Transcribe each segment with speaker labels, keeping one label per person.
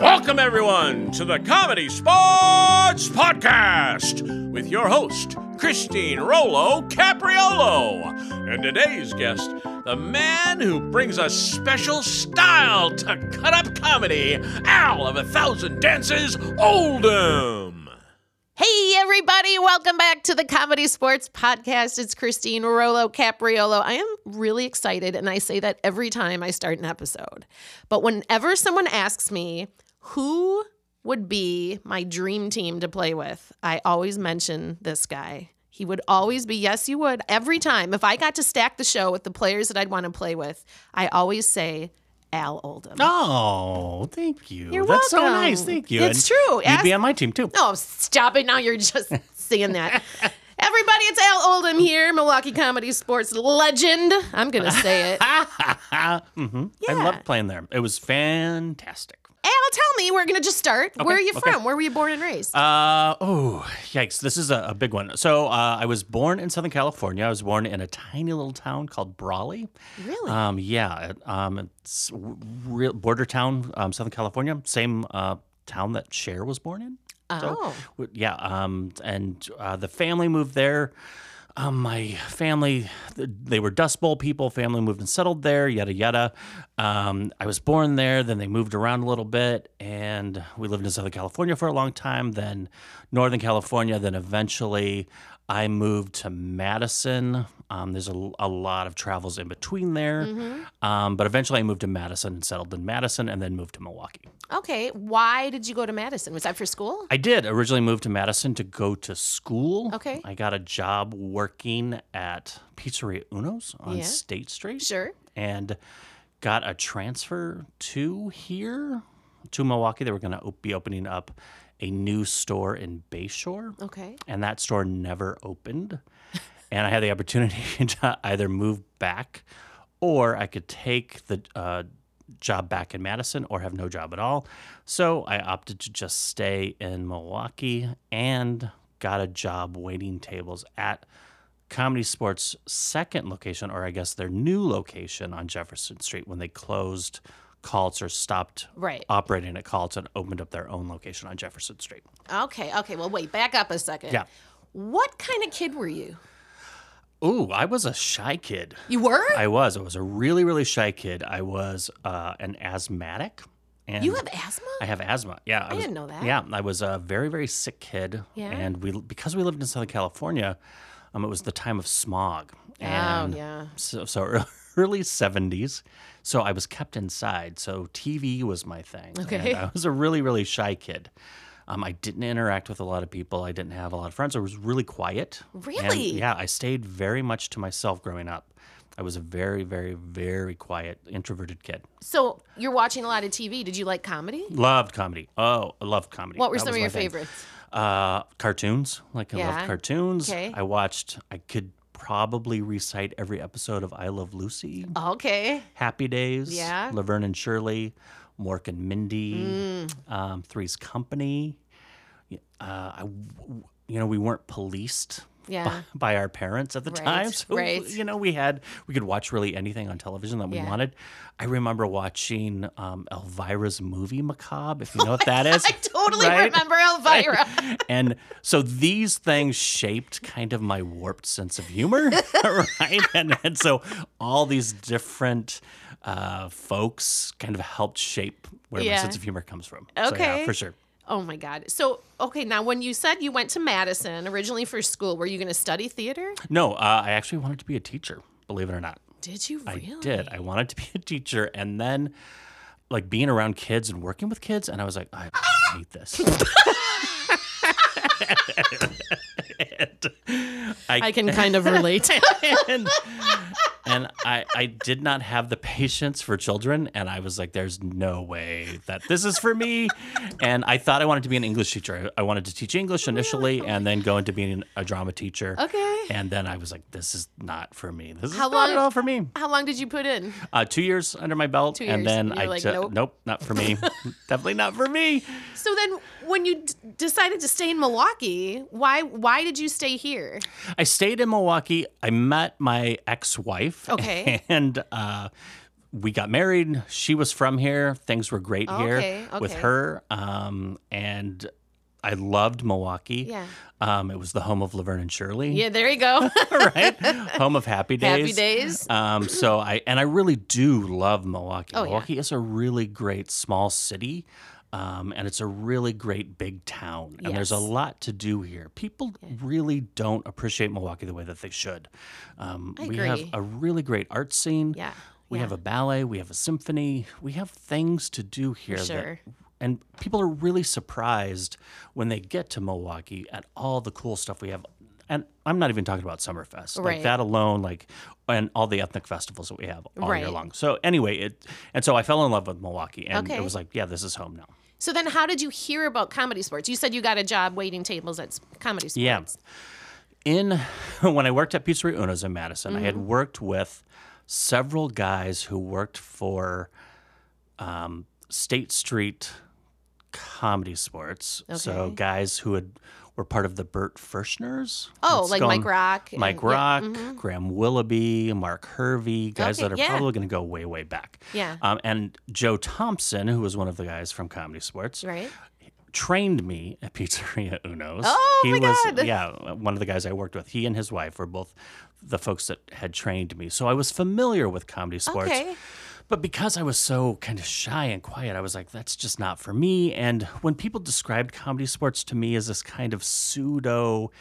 Speaker 1: Welcome, everyone, to the Comedy Sports Podcast with your host, Christine Rolo Capriolo. And today's guest, the man who brings a special style to cut up comedy, Al of a Thousand Dances, Oldham.
Speaker 2: Hey, everybody, welcome back to the Comedy Sports Podcast. It's Christine Rolo Capriolo. I am really excited, and I say that every time I start an episode. But whenever someone asks me who would be my dream team to play with, I always mention this guy. He would always be, yes, you would. Every time, if I got to stack the show with the players that I'd want to play with, I always say Al Oldham.
Speaker 3: Oh, thank you.
Speaker 2: You're
Speaker 3: That's so
Speaker 2: welcome.
Speaker 3: nice. Thank you.
Speaker 2: It's true.
Speaker 3: You'd
Speaker 2: Ask-
Speaker 3: be on my team too.
Speaker 2: Oh, stop it. Now you're just saying that. Everybody, it's Al Oldham here, Milwaukee comedy sports legend. I'm going to say it. Al,
Speaker 3: hmm
Speaker 2: yeah.
Speaker 3: I loved playing there. It was fantastic.
Speaker 2: tell me, we're going to just start. Where are you
Speaker 3: okay.
Speaker 2: from? Where were you born and raised?
Speaker 3: Uh, oh, yikes. This is a, a big one. So uh, I was born in Southern California. I was born in a tiny little town called Brawley.
Speaker 2: really?
Speaker 3: Um, yeah, it- um, it's w- real border town, um, Southern California, same uh, town that Cher was born in.
Speaker 2: Oh.
Speaker 3: w- yeah, um, and uh, the family moved there. Um, my family, th- they were Dust Bowl people. Family moved and settled there. Yada yada. Um, I was born there. Then they moved around a little bit, and we lived in Southern California for a long time. Then Northern California. Then eventually, I moved to Madison. Um, there's a, l- a lot of travels in between there, um, but eventually I moved to Madison and settled in Madison, and then moved to Milwaukee.
Speaker 2: okay. Why did you go to Madison? Was that for school?
Speaker 3: I did originally move to Madison to go to school.
Speaker 2: Okay.
Speaker 3: I got a job working at Pizzeria Uno's on
Speaker 2: Yeah.
Speaker 3: State Street.
Speaker 2: Sure.
Speaker 3: And got a transfer to here, to Milwaukee. They were going to be opening up a new store in Bayshore
Speaker 2: Okay.
Speaker 3: and that store never opened. and I had the opportunity to either move back or I could take the uh, job back in Madison or have no job at all. So I opted to just stay in Milwaukee and got a job waiting tables at Comedy Sports' second location, or I guess their new location on Jefferson Street when they closed. Calls or stopped
Speaker 2: Right.
Speaker 3: operating at Calls and opened up their own location on Jefferson Street.
Speaker 2: Okay. Okay. Well, wait, back up a second.
Speaker 3: Uh, Yeah.
Speaker 2: What kind of kid were you?
Speaker 3: Ooh, I was a shy kid.
Speaker 2: You were?
Speaker 3: I was. I was a really, really shy kid. I was uh, an asthmatic. And
Speaker 2: you have asthma?
Speaker 3: I have asthma. Yeah, I, was-
Speaker 2: didn't know that.
Speaker 3: Yeah, I was a very, very sick kid.
Speaker 2: Yeah.
Speaker 3: And we, because we lived in Southern California, um, it was the time of smog. And
Speaker 2: oh, yeah.
Speaker 3: So, so early seventies. So I was kept inside. So TV was my thing. and
Speaker 2: Okay.
Speaker 3: I was a really, really shy kid. Um, I didn't interact with a lot of people. I didn't have a lot of friends. I was really quiet. And,
Speaker 2: Really?
Speaker 3: yeah, I stayed very much to myself growing up. I was a very, very, very quiet, introverted kid.
Speaker 2: So you're watching a lot of TV. Did you like comedy?
Speaker 3: Loved comedy. Oh, I loved comedy.
Speaker 2: What were
Speaker 3: That
Speaker 2: some
Speaker 3: was
Speaker 2: of your
Speaker 3: my thing.
Speaker 2: favorites?
Speaker 3: Uh, cartoons. Like I
Speaker 2: Yeah.
Speaker 3: loved cartoons.
Speaker 2: Okay.
Speaker 3: I watched. I could probably recite every episode of I Love Lucy.
Speaker 2: Okay.
Speaker 3: Happy Days,
Speaker 2: Yeah.
Speaker 3: Laverne and Shirley, Mork and Mindy,
Speaker 2: Mm.
Speaker 3: um, Three's Company. Y- Uh, I w- w- you know, we weren't policed
Speaker 2: Yeah.
Speaker 3: by, by our parents at the
Speaker 2: Right,
Speaker 3: time, so
Speaker 2: right.
Speaker 3: you know, we had we could watch really anything on television that we
Speaker 2: Yeah.
Speaker 3: wanted. I remember watching um, Elvira's movie Macabre, if you
Speaker 2: Oh
Speaker 3: know what that is.
Speaker 2: I totally
Speaker 3: right?
Speaker 2: remember Elvira.
Speaker 3: and so these things shaped kind of my warped sense of humor, right? And, and so all these different uh, folks kind of helped shape where my
Speaker 2: Yeah.
Speaker 3: sense of humor comes from. So, yeah,
Speaker 2: Okay.
Speaker 3: for sure.
Speaker 2: Oh my God. So, okay, now when you said you went to Madison originally for school, were you going to study theater?
Speaker 3: No, uh, I actually wanted to be a teacher, believe it or not.
Speaker 2: Did you really?
Speaker 3: I did. I wanted to be a teacher, and then like being around kids and working with kids, and I was like, I hate this. And
Speaker 2: I can kind of relate.
Speaker 3: and, and I, I did not have the patience for children and i was like there's no way that this is for me and i thought i wanted to be an english teacher i, I wanted to teach english initially and then go into being a drama teacher
Speaker 2: Okay.
Speaker 3: and then I was like, this is not for me. This is
Speaker 2: How
Speaker 3: not at
Speaker 2: long-
Speaker 3: all for me.
Speaker 2: How long did you put in?
Speaker 3: Uh, two years under my belt,
Speaker 2: Two
Speaker 3: and
Speaker 2: years,
Speaker 3: then
Speaker 2: and
Speaker 3: I
Speaker 2: you're like,
Speaker 3: ju-
Speaker 2: nope.
Speaker 3: not for me. Definitely not for me.
Speaker 2: So then, when you d- decided to stay in Milwaukee, why why did you stay here?
Speaker 3: I stayed in Milwaukee. I met my ex-wife.
Speaker 2: Okay.
Speaker 3: And uh, we got married. She was from here. Things were great here
Speaker 2: Oh, Okay,
Speaker 3: with
Speaker 2: okay.
Speaker 3: her. Um, and I loved Milwaukee.
Speaker 2: Yeah.
Speaker 3: Um, it was the home of Laverne and Shirley.
Speaker 2: Yeah, there you go.
Speaker 3: right. Home of happy days.
Speaker 2: Happy days.
Speaker 3: Um, so I and I really do love Milwaukee.
Speaker 2: Oh, yeah.
Speaker 3: Milwaukee is a really great small city. Um, and it's a really great big town, and there's a
Speaker 2: Yes.
Speaker 3: lot to do here. People really don't appreciate Milwaukee the way that they should. Um,
Speaker 2: I
Speaker 3: we have
Speaker 2: agree.
Speaker 3: a really great art scene.
Speaker 2: Yeah.
Speaker 3: We
Speaker 2: yeah,
Speaker 3: have a ballet. We have a symphony. We have things to do here. that-
Speaker 2: sure.
Speaker 3: and people are really surprised when they get to Milwaukee at all the cool stuff we have. And I'm not even talking about Summerfest, like
Speaker 2: Right.
Speaker 3: that alone, like and all the ethnic festivals that we have all year
Speaker 2: Right.
Speaker 3: long. So anyway, it and so I fell in love with Milwaukee, and
Speaker 2: Okay.
Speaker 3: it was like, yeah, this is home now.
Speaker 2: So then, how did you hear about comedy sports? You said you got a job waiting tables at s- comedy sports.
Speaker 3: Yeah. In when I worked at Pizzeria Uno's in Madison, I
Speaker 2: Mm-hmm.
Speaker 3: had worked with several guys who worked for um, State Street Comedy Sports. So
Speaker 2: Okay.
Speaker 3: guys who had were part of the Burt Freshners.
Speaker 2: Oh,
Speaker 3: Let's
Speaker 2: like
Speaker 3: go
Speaker 2: Mike
Speaker 3: on-
Speaker 2: Rock. and-
Speaker 3: Mike
Speaker 2: yeah,
Speaker 3: Rock,
Speaker 2: mhm.
Speaker 3: Graham Willoughby, Mark Hervey, guys
Speaker 2: Okay,
Speaker 3: that are
Speaker 2: yeah.
Speaker 3: probably going to go way, way back.
Speaker 2: Yeah.
Speaker 3: Um, and Joe Thompson, who was one of the guys from Comedy Sports,
Speaker 2: Right.
Speaker 3: trained me at Pizzeria Uno's.
Speaker 2: Oh,
Speaker 3: he
Speaker 2: my
Speaker 3: was,
Speaker 2: God.
Speaker 3: Yeah, one of the guys I worked with. He and his wife were both the folks that had trained me. So I was familiar with comedy sports.
Speaker 2: Okay.
Speaker 3: But because I was so kind of shy and quiet, I was like, that's just not for me. And when people described comedy sports to me as this kind of pseudo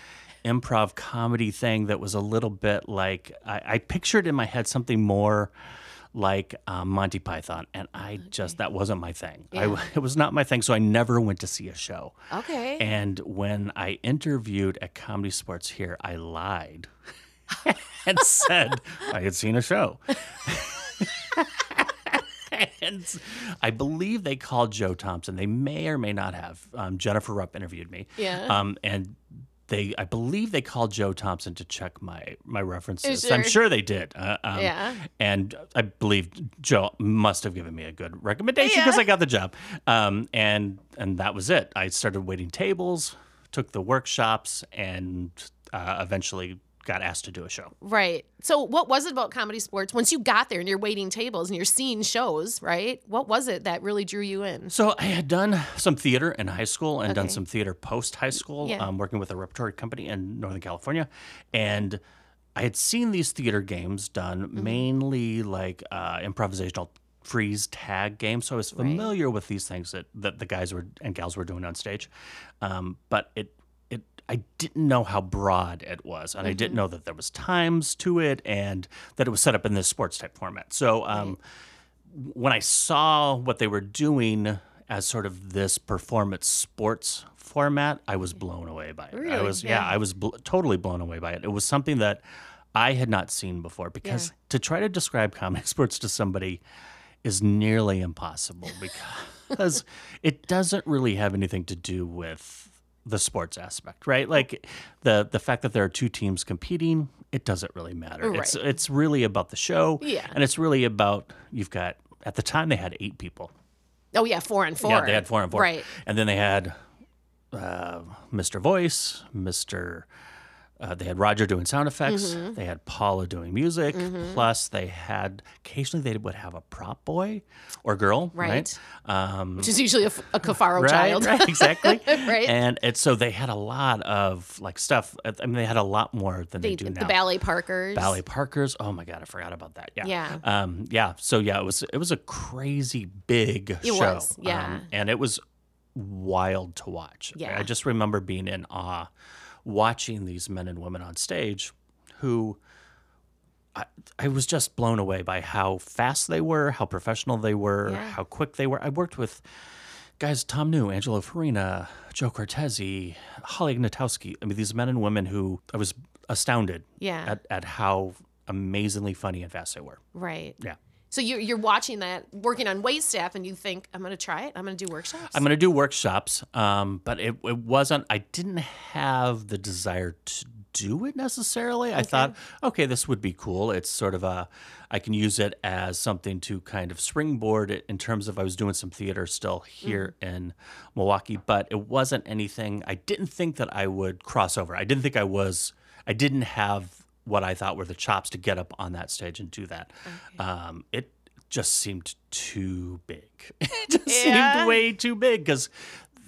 Speaker 3: improv comedy thing that was a little bit like, I, I pictured in my head something more like um, Monty Python. And I just, that wasn't my thing. I,
Speaker 2: Yeah.
Speaker 3: it was not my thing. So I never went to see a show.
Speaker 2: Okay.
Speaker 3: And when I interviewed at Comedy Sports here, I lied and said I had seen a show. and I believe they called Joe Thompson. They may or may not have. Um, Jennifer Rupp interviewed me.
Speaker 2: Yeah.
Speaker 3: Um, and they, I believe they called Joe Thompson to check my my references. I'm
Speaker 2: Sure.
Speaker 3: sure they did. Uh, um,
Speaker 2: Yeah.
Speaker 3: And I believe Joe must have given me a good recommendation because I got the job. Um, and and that was it. I started waiting tables, took the workshops, and uh, eventually got asked to do a show.
Speaker 2: Right. So, what was it about comedy sports? Once you got there and you're waiting tables and you're seeing shows, right? What was it that really drew you in?
Speaker 3: So I had done some theater in high school and done
Speaker 2: Okay.
Speaker 3: some theater post high school,
Speaker 2: Yeah.
Speaker 3: um, working with a repertory company in Northern California, and I had seen these theater games done
Speaker 2: Mm-hmm.
Speaker 3: mainly like uh, improvisational freeze tag games. So I was familiar with these things that that the guys were and gals were doing on stage, um, but it. it I didn't know how broad it was, and I didn't
Speaker 2: Mm-hmm.
Speaker 3: know that there was times to it, and that it was set up in this sports type format. So, um, when I saw what they were doing as sort of this performance sports format, I was blown away by it. I
Speaker 2: Really?
Speaker 3: was yeah,
Speaker 2: Yeah.
Speaker 3: I was bl- totally blown away by it. It was something that I had not seen before because to try to describe comedy sports to somebody is nearly impossible because it doesn't really have anything to do with the sports aspect, right? Like the the fact that there are two teams competing, it doesn't really matter. It's
Speaker 2: Right.
Speaker 3: it's really about the show.
Speaker 2: Yeah.
Speaker 3: And it's really about you've got at the time they had eight people.
Speaker 2: Oh, yeah, four and four.
Speaker 3: Yeah, they had four and four.
Speaker 2: Right.
Speaker 3: And then they had uh, Mr. Voice, Mr. Uh, they had Roger doing sound effects.
Speaker 2: Mm-hmm.
Speaker 3: They had Paula doing music. Plus, they had occasionally they would have a prop boy or girl, right?
Speaker 2: Right.
Speaker 3: Um,
Speaker 2: Which is usually a, f- a Cafaro
Speaker 3: right,
Speaker 2: child.
Speaker 3: right, exactly.
Speaker 2: Right.
Speaker 3: And it's so they had a lot of like stuff. I mean, they had a lot more than they,
Speaker 2: They-
Speaker 3: do now.
Speaker 2: the ballet parkers.
Speaker 3: Ballet Parkers. Oh my god, I forgot about that. Yeah.
Speaker 2: Yeah.
Speaker 3: Um, yeah. So yeah, it was it was a crazy big
Speaker 2: It
Speaker 3: show. Um,
Speaker 2: was, yeah.
Speaker 3: and it was wild to watch. I-
Speaker 2: Yeah.
Speaker 3: I just remember being in awe watching these men and women on stage who I, I was just blown away by how fast they were, how professional they were,
Speaker 2: Yeah.
Speaker 3: how quick they were. I worked with guys Tom New, Angelo Farina, Joe Cortese, Holly Ignatowski. I mean, these men and women who I was astounded
Speaker 2: Yeah.
Speaker 3: at, at how amazingly funny and fast they were.
Speaker 2: Right.
Speaker 3: Yeah.
Speaker 2: So you're, you're watching that, working on wait staff, and you think, I'm going to try it. I'm going to do workshops.
Speaker 3: I'm going to do workshops, um, but it, it wasn't, I didn't have the desire to do it necessarily. I thought, okay, this would be cool. It's sort of a, I can use it as something to kind of springboard it in terms of I was doing some theater still here in Milwaukee, but it wasn't anything. I didn't think that I would cross over. I didn't think I was, I didn't have what I thought were the chops to get up on that stage and do that. Um, it just seemed too big. it just
Speaker 2: Yeah.
Speaker 3: seemed way too big because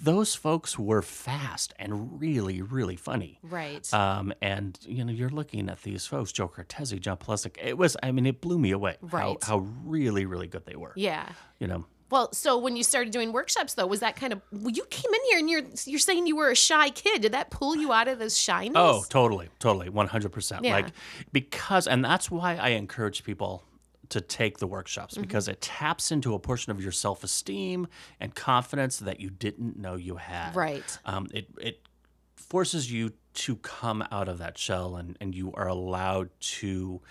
Speaker 3: those folks were fast and really, really funny.
Speaker 2: Right.
Speaker 3: Um, and you know, you're looking at these folks, Joe Cortese, John Plesic. It was, I mean, it blew me away.
Speaker 2: Right.
Speaker 3: How, how really, really good they were.
Speaker 2: yeah.
Speaker 3: You know,
Speaker 2: Well, so when you started doing workshops, though, was that kind of well, you came in here and you're you're saying you were a shy kid? Did that pull you out of this shyness?
Speaker 3: Oh, totally, totally, one hundred percent.
Speaker 2: Yeah.
Speaker 3: Like because, and that's why I encourage people to take the workshops
Speaker 2: Mm-hmm.
Speaker 3: because it taps into a portion of your self esteem and confidence that you didn't know you had.
Speaker 2: Right.
Speaker 3: Um, it it forces you to come out of that shell, and and you are allowed to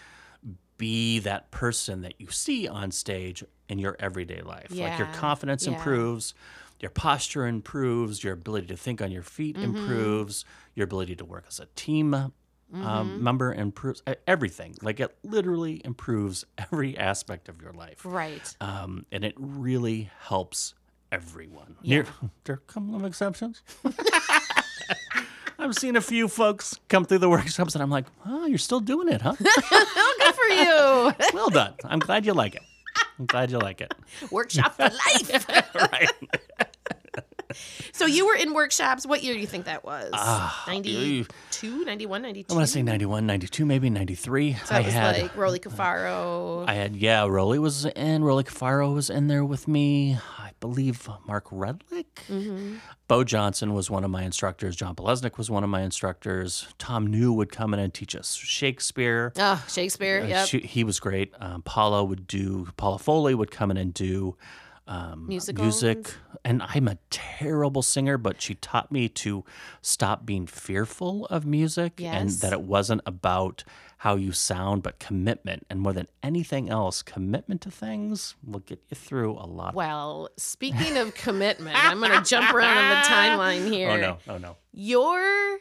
Speaker 3: be that person that you see on stage in your everyday life. Like your
Speaker 2: Yeah.
Speaker 3: confidence
Speaker 2: Yeah.
Speaker 3: improves, your posture improves, your ability to think on your feet
Speaker 2: Mm-hmm.
Speaker 3: improves, your ability to work as a team um,
Speaker 2: Mm-hmm.
Speaker 3: member improves, e- everything. Like it literally improves every aspect of your life.
Speaker 2: right.
Speaker 3: Um, and it really helps everyone. There, there come some exceptions. I've seen a few folks come through the workshops and I'm like, oh, you're still doing it, huh?
Speaker 2: Oh, Good for you.
Speaker 3: well done. I'm glad you like it. I'm glad you like it.
Speaker 2: Workshop for life.
Speaker 3: right.
Speaker 2: so you were in workshops. What year do you think that was?
Speaker 3: Ah,
Speaker 2: Ninety two, ninety one, ninety two.
Speaker 3: I want to say 91, 92, maybe 93.
Speaker 2: So
Speaker 3: I
Speaker 2: that was
Speaker 3: had
Speaker 2: like Rolly Cafaro.
Speaker 3: I had yeah, Rolly was in, Rolly Cafaro was in there with me. I believe Mark Redlick. Bo Johnson was one of my instructors. John Belesnik was one of my instructors. Tom New would come in and teach us Shakespeare.
Speaker 2: oh, Shakespeare.
Speaker 3: Uh,
Speaker 2: yep.
Speaker 3: she- he was great. Um, Paula would do. Paula Foley would come in and do um, music.
Speaker 2: Musicals.
Speaker 3: And I'm a terrible singer, but she taught me to stop being fearful of music and
Speaker 2: Yes.
Speaker 3: that it wasn't about how you sound, but commitment. And more than anything else, commitment to things will get you through a lot.
Speaker 2: Well, speaking of commitment, I'm going to jump around on the timeline here.
Speaker 3: oh no! Oh no!
Speaker 2: Your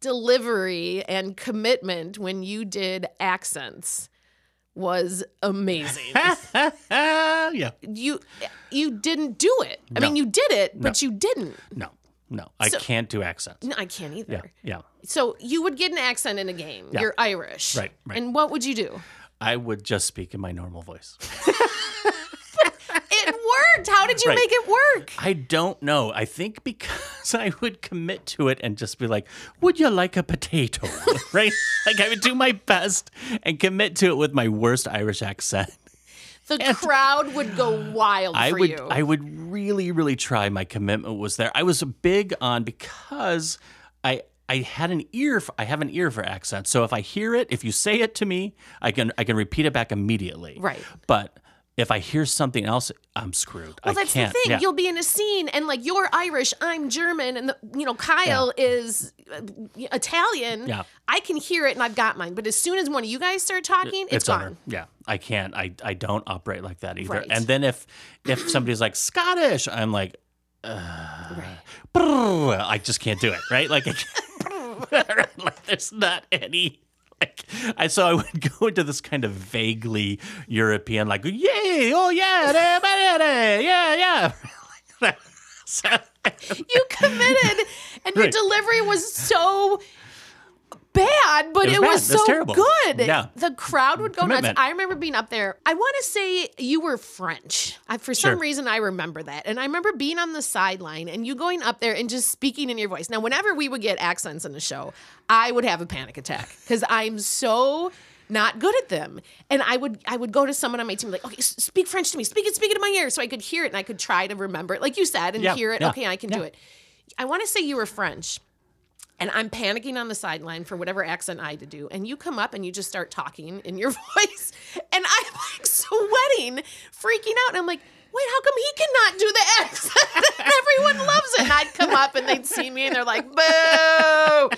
Speaker 2: delivery and commitment when you did accents was amazing.
Speaker 3: yeah.
Speaker 2: you you didn't do it. I
Speaker 3: No.
Speaker 2: mean, you did it, but you didn't.
Speaker 3: No. No. I
Speaker 2: So-
Speaker 3: can't do accents.
Speaker 2: No, I can't either.
Speaker 3: Yeah. Yeah.
Speaker 2: So you would get an accent in a game. You're Irish.
Speaker 3: Right, right.
Speaker 2: And what would you do?
Speaker 3: I would just speak in my normal voice.
Speaker 2: It worked. How did you
Speaker 3: Right.
Speaker 2: make it work?
Speaker 3: I don't know. I think because I would commit to it and just be like, "Would you like a potato?" right? Like I would do my best and commit to it with my worst Irish accent.
Speaker 2: The crowd would go wild
Speaker 3: I
Speaker 2: for
Speaker 3: would
Speaker 2: you.
Speaker 3: I would really really try. My commitment was there. I was big on because I I had an ear for, I have an ear for accents. So if I hear it, if you say it to me, I can I can repeat it back immediately.
Speaker 2: Right.
Speaker 3: But if I hear something else, I'm screwed.
Speaker 2: Well,
Speaker 3: I
Speaker 2: that's
Speaker 3: can't.
Speaker 2: the thing.
Speaker 3: Yeah.
Speaker 2: You'll be in a scene, and like you're Irish, I'm German, and the, you know Kyle is uh, Italian.
Speaker 3: Yeah.
Speaker 2: I can hear it, and I've got mine. But as soon as one of you guys start talking, it's,
Speaker 3: over.
Speaker 2: gone.
Speaker 3: Yeah, I can't. I I don't operate like that either.
Speaker 2: Right.
Speaker 3: And then if if somebody's like Scottish, I'm like,
Speaker 2: Right.
Speaker 3: "Brrr," I just can't do it. Right? Like, I can't, like there's not any. Like, I so I would go into this kind of vaguely European, like, yay, oh yeah, da, ba, da, da, yeah, yeah. So-
Speaker 2: You committed, and your
Speaker 3: Right.
Speaker 2: delivery was so bad, but
Speaker 3: It
Speaker 2: it was,
Speaker 3: was bad. It
Speaker 2: so
Speaker 3: was terrible.
Speaker 2: good.
Speaker 3: Yeah.
Speaker 2: The crowd would go
Speaker 3: Commitment.
Speaker 2: nuts. I remember being up there. I want to say you were French. I, for
Speaker 3: Sure.
Speaker 2: some reason, I remember that. And I remember being on the sideline and you going up there and just speaking in your voice. Now, whenever we would get accents in the show, I would have a panic attack because I'm so not good at them. And I would I would go to someone on my team like, okay, s- speak French to me. Speak it, speak it in my ear so I could hear it and I could try to remember it. Like you said, and
Speaker 3: Yeah,
Speaker 2: hear it.
Speaker 3: yeah,
Speaker 2: okay, I can do it. I want to say you were French and I'm panicking on the sideline for whatever accent I had to do. And you come up and you just start talking in your voice. And I'm like sweating, freaking out. And I'm like, wait, how come he cannot do the accent? And everyone loves it. And I'd come up and they'd see me and they're like, boo.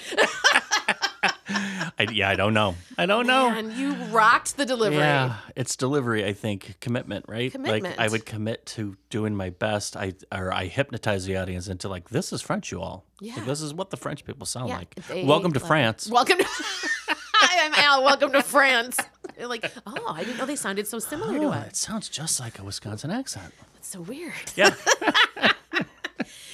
Speaker 3: I yeah, I don't know. I don't know.
Speaker 2: And you rocked the delivery.
Speaker 3: Oh. Yeah, it's delivery. I think commitment, right? Like I
Speaker 2: Commitment.
Speaker 3: would commit to doing my best. I or I hypnotize the audience into like this is French, you all. Like,
Speaker 2: Yeah.
Speaker 3: this is what the French people sound
Speaker 2: Yeah,
Speaker 3: like.
Speaker 2: they
Speaker 3: Oh Welcome to
Speaker 2: love it.
Speaker 3: France.
Speaker 2: Welcome to. Hi, I'm Al. Welcome to France. They're like, oh, I didn't know they sounded so similar to
Speaker 3: Oh,
Speaker 2: us.
Speaker 3: it sounds just like a Wisconsin accent.
Speaker 2: That's so weird.
Speaker 3: Yeah.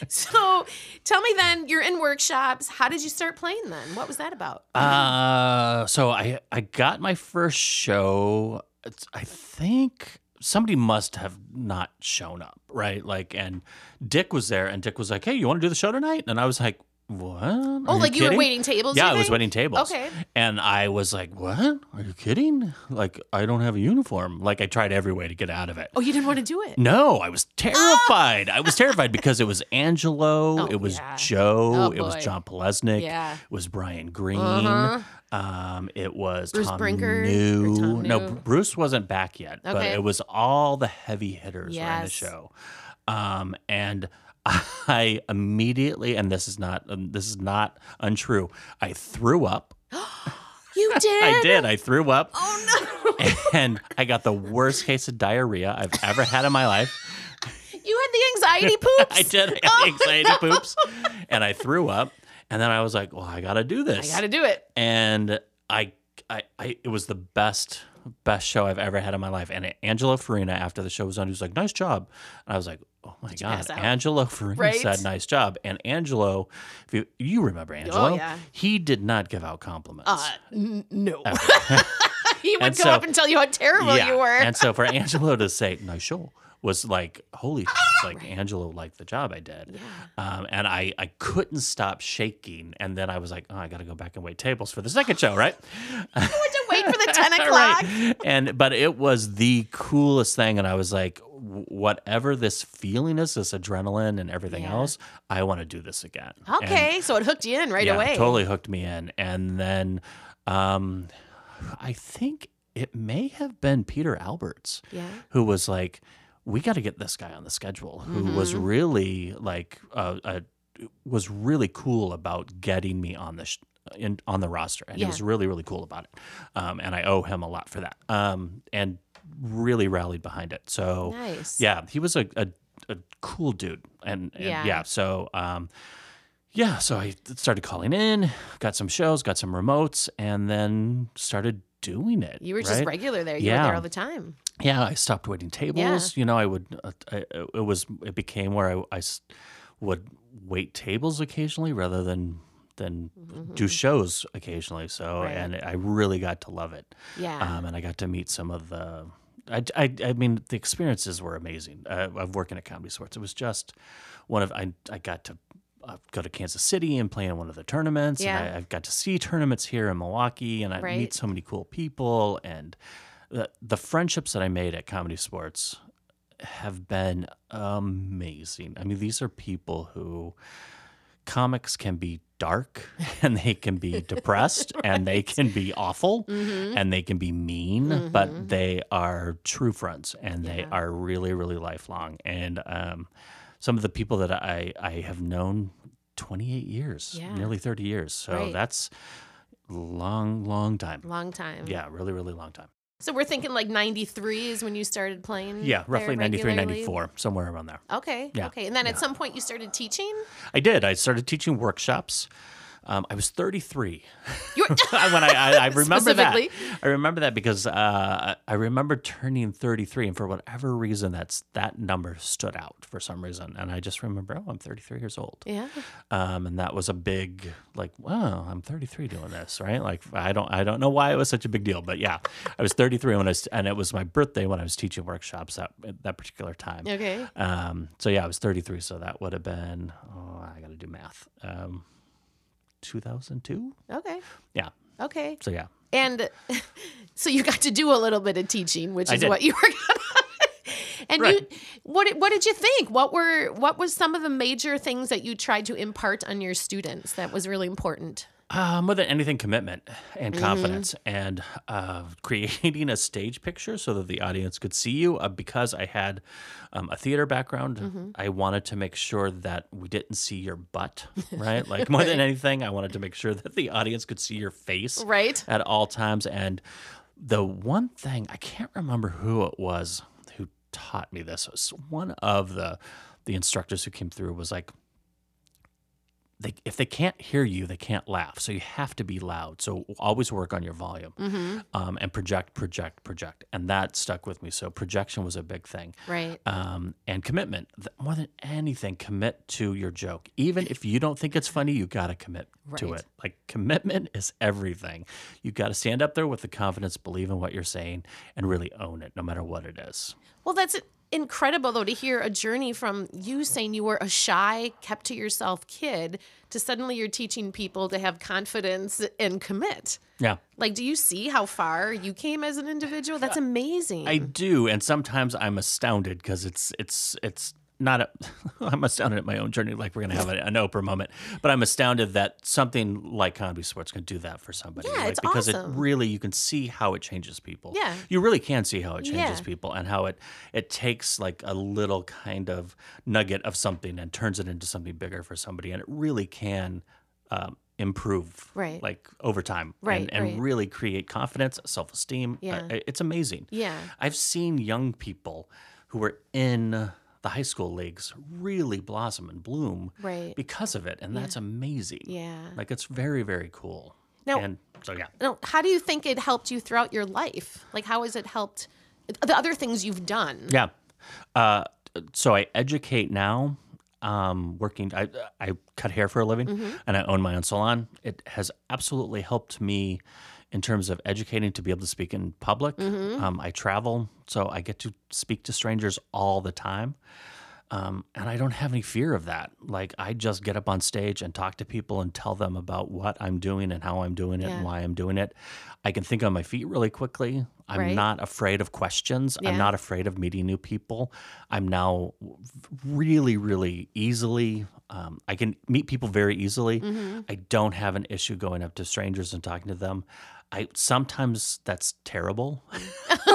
Speaker 2: So tell me then, you're in workshops. How did you start playing then? What was that about?
Speaker 3: Uh, so I I got my first show. It's- I think somebody must have not shown up, right? Like, and Dick was there, and Dick was like, "Hey, you want to do the show tonight?" And I was like, "What?
Speaker 2: oh, like you were waiting tables?
Speaker 3: Yeah,
Speaker 2: you
Speaker 3: I was
Speaker 2: think?
Speaker 3: waiting tables.
Speaker 2: Okay.
Speaker 3: And I was like, "What? Are you kidding? Like, I don't have a uniform. Like, I tried every way to get out of it."
Speaker 2: Oh, you didn't want to do it.
Speaker 3: No, I was terrified. I was terrified because it was Angelo,
Speaker 2: Oh,
Speaker 3: it was
Speaker 2: yeah.
Speaker 3: Joe,
Speaker 2: Oh,
Speaker 3: it was
Speaker 2: boy.
Speaker 3: John Pelesnik,
Speaker 2: Yeah.
Speaker 3: it was Brian Green,
Speaker 2: Uh-huh.
Speaker 3: um, it was
Speaker 2: Bruce
Speaker 3: Tom
Speaker 2: Brinker or
Speaker 3: New.
Speaker 2: Tom
Speaker 3: No,
Speaker 2: New.
Speaker 3: Bruce wasn't back yet, but
Speaker 2: Okay.
Speaker 3: it was all the heavy hitters were in the
Speaker 2: Yes.
Speaker 3: show, um, and. I immediately, and this is not um, this is not untrue. I threw up.
Speaker 2: You did.
Speaker 3: I did. I threw up
Speaker 2: Oh
Speaker 3: and I got the worst case of diarrhea I've ever had in my life.
Speaker 2: no, you had the anxiety poops.
Speaker 3: I did I had anxiety poops, and I threw up. And then I was like, "Well, I gotta do
Speaker 2: I
Speaker 3: this."
Speaker 2: got to do it.
Speaker 3: and I, I, I, it was the best, best show I've ever had in my life. And Angelo Farina, after the show was on, he was like, "Nice job." And I was like, "Oh my
Speaker 2: pass
Speaker 3: god!"
Speaker 2: out?
Speaker 3: Angelo Farina
Speaker 2: Right? Oh,
Speaker 3: said, "Nice job." And Angelo, if you, you remember Angelo,
Speaker 2: yeah.
Speaker 3: he did not give out compliments.
Speaker 2: Uh, n- no. he would
Speaker 3: Oh. And
Speaker 2: come
Speaker 3: so-
Speaker 2: up and tell you how terrible you were.
Speaker 3: And so for Angelo to say, nice show, was like, holy,
Speaker 2: Oh,
Speaker 3: sh- like Angelo liked the job I did. Um, and I, I couldn't stop shaking. And then I was like, oh, I got to go back and wait tables for the second show, right?
Speaker 2: had to wait for the 10 o'clock.
Speaker 3: Right. And, but it was the coolest thing. And I was like, "Wh- whatever this feeling is, this adrenaline and everything
Speaker 2: Yeah.
Speaker 3: else, I want to do this again. And-
Speaker 2: Okay, so it hooked you in right
Speaker 3: yeah,
Speaker 2: away.
Speaker 3: Totally hooked me in. And then um I think it may have been Peter Alberts
Speaker 2: Yeah.
Speaker 3: who was like, We gotta get this guy on the schedule, who was
Speaker 2: Mm-hmm.
Speaker 3: really like uh, uh was really cool about getting me on the sh- in, on the roster, and he
Speaker 2: Yeah.
Speaker 3: was really really cool about it, um, and I owe him a lot for that, um, and really rallied behind it. So
Speaker 2: Nice.
Speaker 3: Oh. yeah, he was a, a, a cool dude, and, and yeah.
Speaker 2: Yeah.
Speaker 3: So um, yeah, so I started calling in, got some shows, got some remotes, and then started doing it.
Speaker 2: You were just
Speaker 3: right?
Speaker 2: regular there. You
Speaker 3: Yeah.
Speaker 2: were there all the time.
Speaker 3: Yeah, I stopped waiting tables. You know, I would. Uh, I, it was. It became where I, I s- would wait tables occasionally rather than than do shows occasionally. So,
Speaker 2: Right.
Speaker 3: and I really got to love it.
Speaker 2: Yeah.
Speaker 3: Um, and I got to meet some of the. I, I, I mean, the experiences were amazing uh, of working at Comedy Sports. It was just one of, I, I got to uh, go to Kansas City and play in one of the tournaments. And
Speaker 2: Yeah.
Speaker 3: I, I've got to see tournaments here in Milwaukee and I
Speaker 2: Right.
Speaker 3: meet so many cool people. And the, the friendships that I made at Comedy Sports have been amazing. I mean, these are people who comics can be dark and they can be depressed and they can be awful
Speaker 2: Mm-hmm.
Speaker 3: and they can be mean, but they are true friends and they
Speaker 2: Yeah.
Speaker 3: are really, really lifelong. And um, some of the people that I, I have known 28 years,
Speaker 2: Yeah.
Speaker 3: nearly 30 years. So
Speaker 2: Right.
Speaker 3: that's long, long time.
Speaker 2: Long time.
Speaker 3: Yeah, really, really long time.
Speaker 2: So we're thinking like 93 is when you started playing.
Speaker 3: Yeah,
Speaker 2: there
Speaker 3: roughly 93,
Speaker 2: Mm-hmm. regularly?
Speaker 3: 94, somewhere around there.
Speaker 2: Okay.
Speaker 3: Yeah.
Speaker 2: Okay. And then at some point you started teaching.
Speaker 3: I did. I started teaching workshops. Um, I was 33
Speaker 2: You were,
Speaker 3: when I, I, I remember that.
Speaker 2: Specifically.
Speaker 3: I remember that because uh, I- I remember turning 33, and for whatever reason, that's that number stood out for some reason, and I just remember, oh, I'm 33 years old,
Speaker 2: yeah.
Speaker 3: um, and that was a big like, wow, I'm 33 doing this, right? Like, I don't, I don't know why it was such a big deal, but yeah, I was 33 when I was, and it was my birthday when I was teaching workshops that that particular time.
Speaker 2: Okay.
Speaker 3: Um, so yeah, I was 33, so that would have been oh, I got to do math. Um, 2002.
Speaker 2: Okay.
Speaker 3: Yeah.
Speaker 2: Okay.
Speaker 3: So yeah.
Speaker 2: And so you got to do a little bit of teaching, which
Speaker 3: I
Speaker 2: is
Speaker 3: did.
Speaker 2: what you were. gonna- and
Speaker 3: Right.
Speaker 2: you, what did- what did you think? What were what was some of the major things that you tried to impart on your students that was really important?
Speaker 3: Uh, more than anything, commitment and confidence, and uh, creating a stage picture so that the audience could see you. Uh, because I had um, a theater background, I wanted to make sure that we didn't see your butt, right? Like more than anything, I wanted to make sure that the audience could see your face,
Speaker 2: Right.
Speaker 3: at all times. And the one thing I can't remember who it was who taught me this. It was one of the the instructors who came through was like, they, if they can't hear you, they can't laugh. So you have to be loud. So always work on your volume um, and project, project, project. And that stuck with me. So projection was a big thing.
Speaker 2: Right.
Speaker 3: Um, and commitment. Th- More than anything, commit to your joke. Even if you don't think it's funny, you got to commit to
Speaker 2: Right.
Speaker 3: it. Like commitment is everything. You got to stand up there with the confidence, believe in what you're saying, and really own it, no matter what it is.
Speaker 2: Well, that's incredible, though, to hear a journey from you saying you were a shy, kept to yourself kid to suddenly you're teaching people to have confidence and commit.
Speaker 3: Yeah.
Speaker 2: Like, do you see how far you came as an individual? That's amazing.
Speaker 3: I do, and sometimes I'm astounded because it's it's it's not. A, I'm astounded at my own journey. Like we're gonna have an Oprah moment, but I'm astounded that something like comedy sports can do that for somebody.
Speaker 2: Yeah,
Speaker 3: like,
Speaker 2: it's
Speaker 3: because
Speaker 2: awesome.
Speaker 3: it really you can see how it changes people.
Speaker 2: Yeah.
Speaker 3: you really can see how it
Speaker 2: Yeah.
Speaker 3: changes people and how it it takes like a little kind of nugget of something and turns it into something bigger for somebody, and it really can. Um, improve
Speaker 2: Right.
Speaker 3: like over time
Speaker 2: Right,
Speaker 3: and, and
Speaker 2: right.
Speaker 3: really create confidence self-esteem
Speaker 2: Yeah.
Speaker 3: Uh, it's amazing
Speaker 2: yeah.
Speaker 3: I've seen young people who were in the high school leagues really blossom and bloom
Speaker 2: Right.
Speaker 3: because of it, and that's amazing.
Speaker 2: Yeah.
Speaker 3: like it's very very cool.
Speaker 2: Now-
Speaker 3: and so yeah,
Speaker 2: Now, how do you think it helped you throughout your life? Like, how has it helped the other things you've done?
Speaker 3: yeah. Uh, so I educate now. Um, working, I I cut hair for a living,
Speaker 2: Mm-hmm.
Speaker 3: and I own my own salon. It has absolutely helped me in terms of educating to be able to speak in public.
Speaker 2: Mm-hmm.
Speaker 3: Um, I travel, so I get to speak to strangers all the time. Um, and I don't have any fear of that. Like I just get up on stage and talk to people and tell them about what I'm doing and how I'm doing it
Speaker 2: Yeah.
Speaker 3: and why I'm doing it. I can think on my feet really quickly. I'm
Speaker 2: Right.
Speaker 3: not afraid of questions.
Speaker 2: Yeah.
Speaker 3: I'm not afraid of meeting new people. I'm now really, really easily. Um, I can meet people very easily.
Speaker 2: Mm-hmm.
Speaker 3: I don't have an issue going up to strangers and talking to them. I sometimes that's terrible.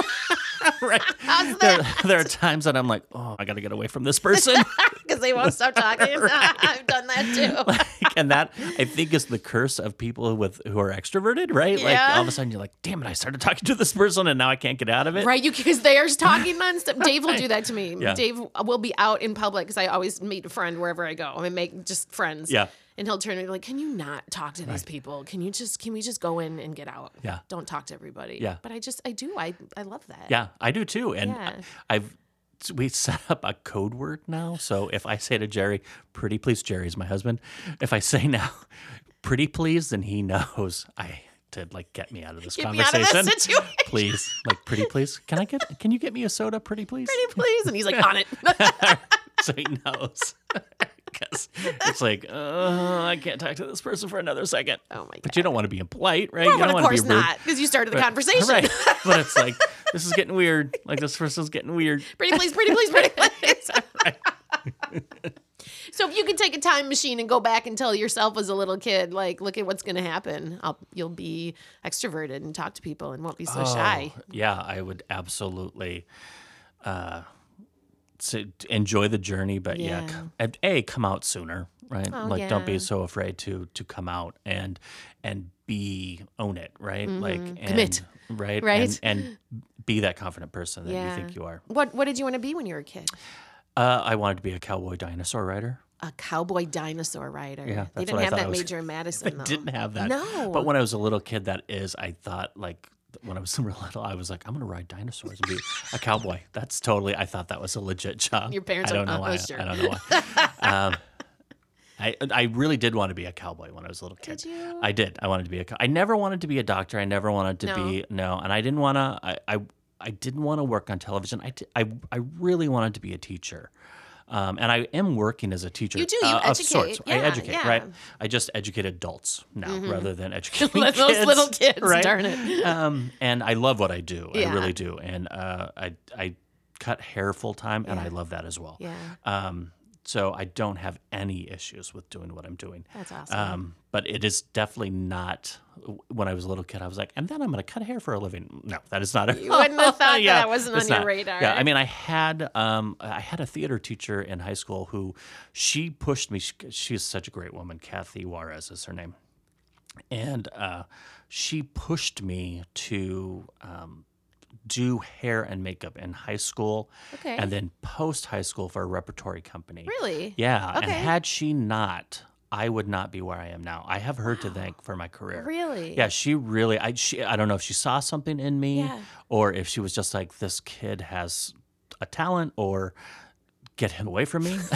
Speaker 3: right.
Speaker 2: How's that?
Speaker 3: There, there are times that I'm like, oh, I got to get away from this person.
Speaker 2: Because they won't stop talking. I've done that too.
Speaker 3: Like, and that I think is the curse of people with who are extroverted, right? Like
Speaker 2: Yeah.
Speaker 3: all of a sudden you're like, damn it, I started talking to this person and now I can't get out of it.
Speaker 2: Right, you because they are talking nonstop. Dave will do that to me.
Speaker 3: Yeah.
Speaker 2: Dave will be out in public because I always meet a friend wherever I go. I mean, make just friends.
Speaker 3: Yeah.
Speaker 2: and he'll turn and be like, "Can you not talk to these people? Can you just can we just go in and get out?
Speaker 3: Yeah.
Speaker 2: don't talk to everybody.
Speaker 3: Yeah.
Speaker 2: but I just I do I I love that.
Speaker 3: Yeah, I do too. And
Speaker 2: Yeah.
Speaker 3: I, I've we set up a code word now. So if I say to Jerry, pretty please, Jerry's my husband. If I say now, pretty please, then he knows I to like get me out of this
Speaker 2: Get me out of
Speaker 3: conversation.
Speaker 2: this situation.
Speaker 3: please. Like pretty please. Can I get can you get me a soda, pretty please?
Speaker 2: please. And he's like, "On it."
Speaker 3: so he knows. 'Cause it's like, uh, I can't talk to this person for another second.
Speaker 2: Oh my
Speaker 3: But you don't want to be impolite, right?
Speaker 2: No,
Speaker 3: you
Speaker 2: but
Speaker 3: don't
Speaker 2: of
Speaker 3: want
Speaker 2: course
Speaker 3: to be rude.
Speaker 2: not, because you started the conversation.
Speaker 3: Right. But it's like, this is getting weird. Like this person's getting weird.
Speaker 2: Pretty please, pretty please, pretty please. so if you could take a time machine and go back and tell yourself as a little kid, like, look at what's going to happen. I'll, you'll be extroverted and talk to people and won't be so shy.
Speaker 3: Yeah, I would absolutely uh, so enjoy the journey, but yeah.
Speaker 2: Yeah.
Speaker 3: c- and a come out sooner, right?
Speaker 2: Oh,
Speaker 3: like don't
Speaker 2: yeah.
Speaker 3: be so afraid to to come out and and be own it, right? Like and,
Speaker 2: Mm-hmm. Commit.
Speaker 3: right?
Speaker 2: Right.
Speaker 3: and, and be that confident person that
Speaker 2: Yeah.
Speaker 3: you think you are.
Speaker 2: What What did you want to be when you were a kid?
Speaker 3: Uh, I wanted to be a cowboy dinosaur rider.
Speaker 2: A cowboy dinosaur rider.
Speaker 3: Yeah,
Speaker 2: they
Speaker 3: that's
Speaker 2: didn't
Speaker 3: what I
Speaker 2: have
Speaker 3: thought
Speaker 2: that
Speaker 3: I was-
Speaker 2: major in Madison though.
Speaker 3: Didn't have that.
Speaker 2: No.
Speaker 3: But when I was a little kid, that is, I thought like when I was real little, I was like, I'm gonna ride dinosaurs and be a cowboy. That's totally. I thought that was a legit job.
Speaker 2: Your parents
Speaker 3: I
Speaker 2: are
Speaker 3: don't know
Speaker 2: not
Speaker 3: why.
Speaker 2: sure.
Speaker 3: I don't know why. um, I I really did want to be a cowboy when I was a little kid.
Speaker 2: Did you?
Speaker 3: I did. I wanted to be a. cow- I never wanted to be a doctor. I never wanted to
Speaker 2: No.
Speaker 3: be no, and I didn't want to. I, I I didn't want to work on television. I, di- I I really wanted to be a teacher. Um, and I am working as a teacher. uh,
Speaker 2: You do, you
Speaker 3: of sorts.
Speaker 2: educate.
Speaker 3: I
Speaker 2: Yeah,
Speaker 3: educate,
Speaker 2: yeah. Mm-hmm.
Speaker 3: right? I just educate adults now rather than educate
Speaker 2: Let those
Speaker 3: kids,
Speaker 2: little kids,
Speaker 3: right?
Speaker 2: darn it.
Speaker 3: Um, and I love what I do.
Speaker 2: Yeah.
Speaker 3: I really do. And uh, I I cut hair full time, and I love that as well.
Speaker 2: Yeah.
Speaker 3: Um, So I don't have any issues with doing what I'm doing.
Speaker 2: That's awesome.
Speaker 3: Um, but it is definitely not. When I was a little kid, I was like, and then I'm going to cut hair for a living. No, that is not.
Speaker 2: You wouldn't have thought that that wasn't on
Speaker 3: Oh, it's
Speaker 2: your radar.
Speaker 3: Yeah, I mean, I had um, I had a theater teacher in high school who she pushed me. She, she is such a great woman. Kathy Juarez is her name and uh, she pushed me to um, do hair and makeup in high school
Speaker 2: Okay.
Speaker 3: and then post high school for a repertory company.
Speaker 2: really?
Speaker 3: Yeah. And
Speaker 2: Okay.
Speaker 3: had she not, I would not be where I am now. I have her to thank for my career.
Speaker 2: Really?
Speaker 3: Yeah, she really. I she, I don't know if she saw something in me,
Speaker 2: Yeah.
Speaker 3: or if she was just like, "This kid has a talent," or "Get him away from me."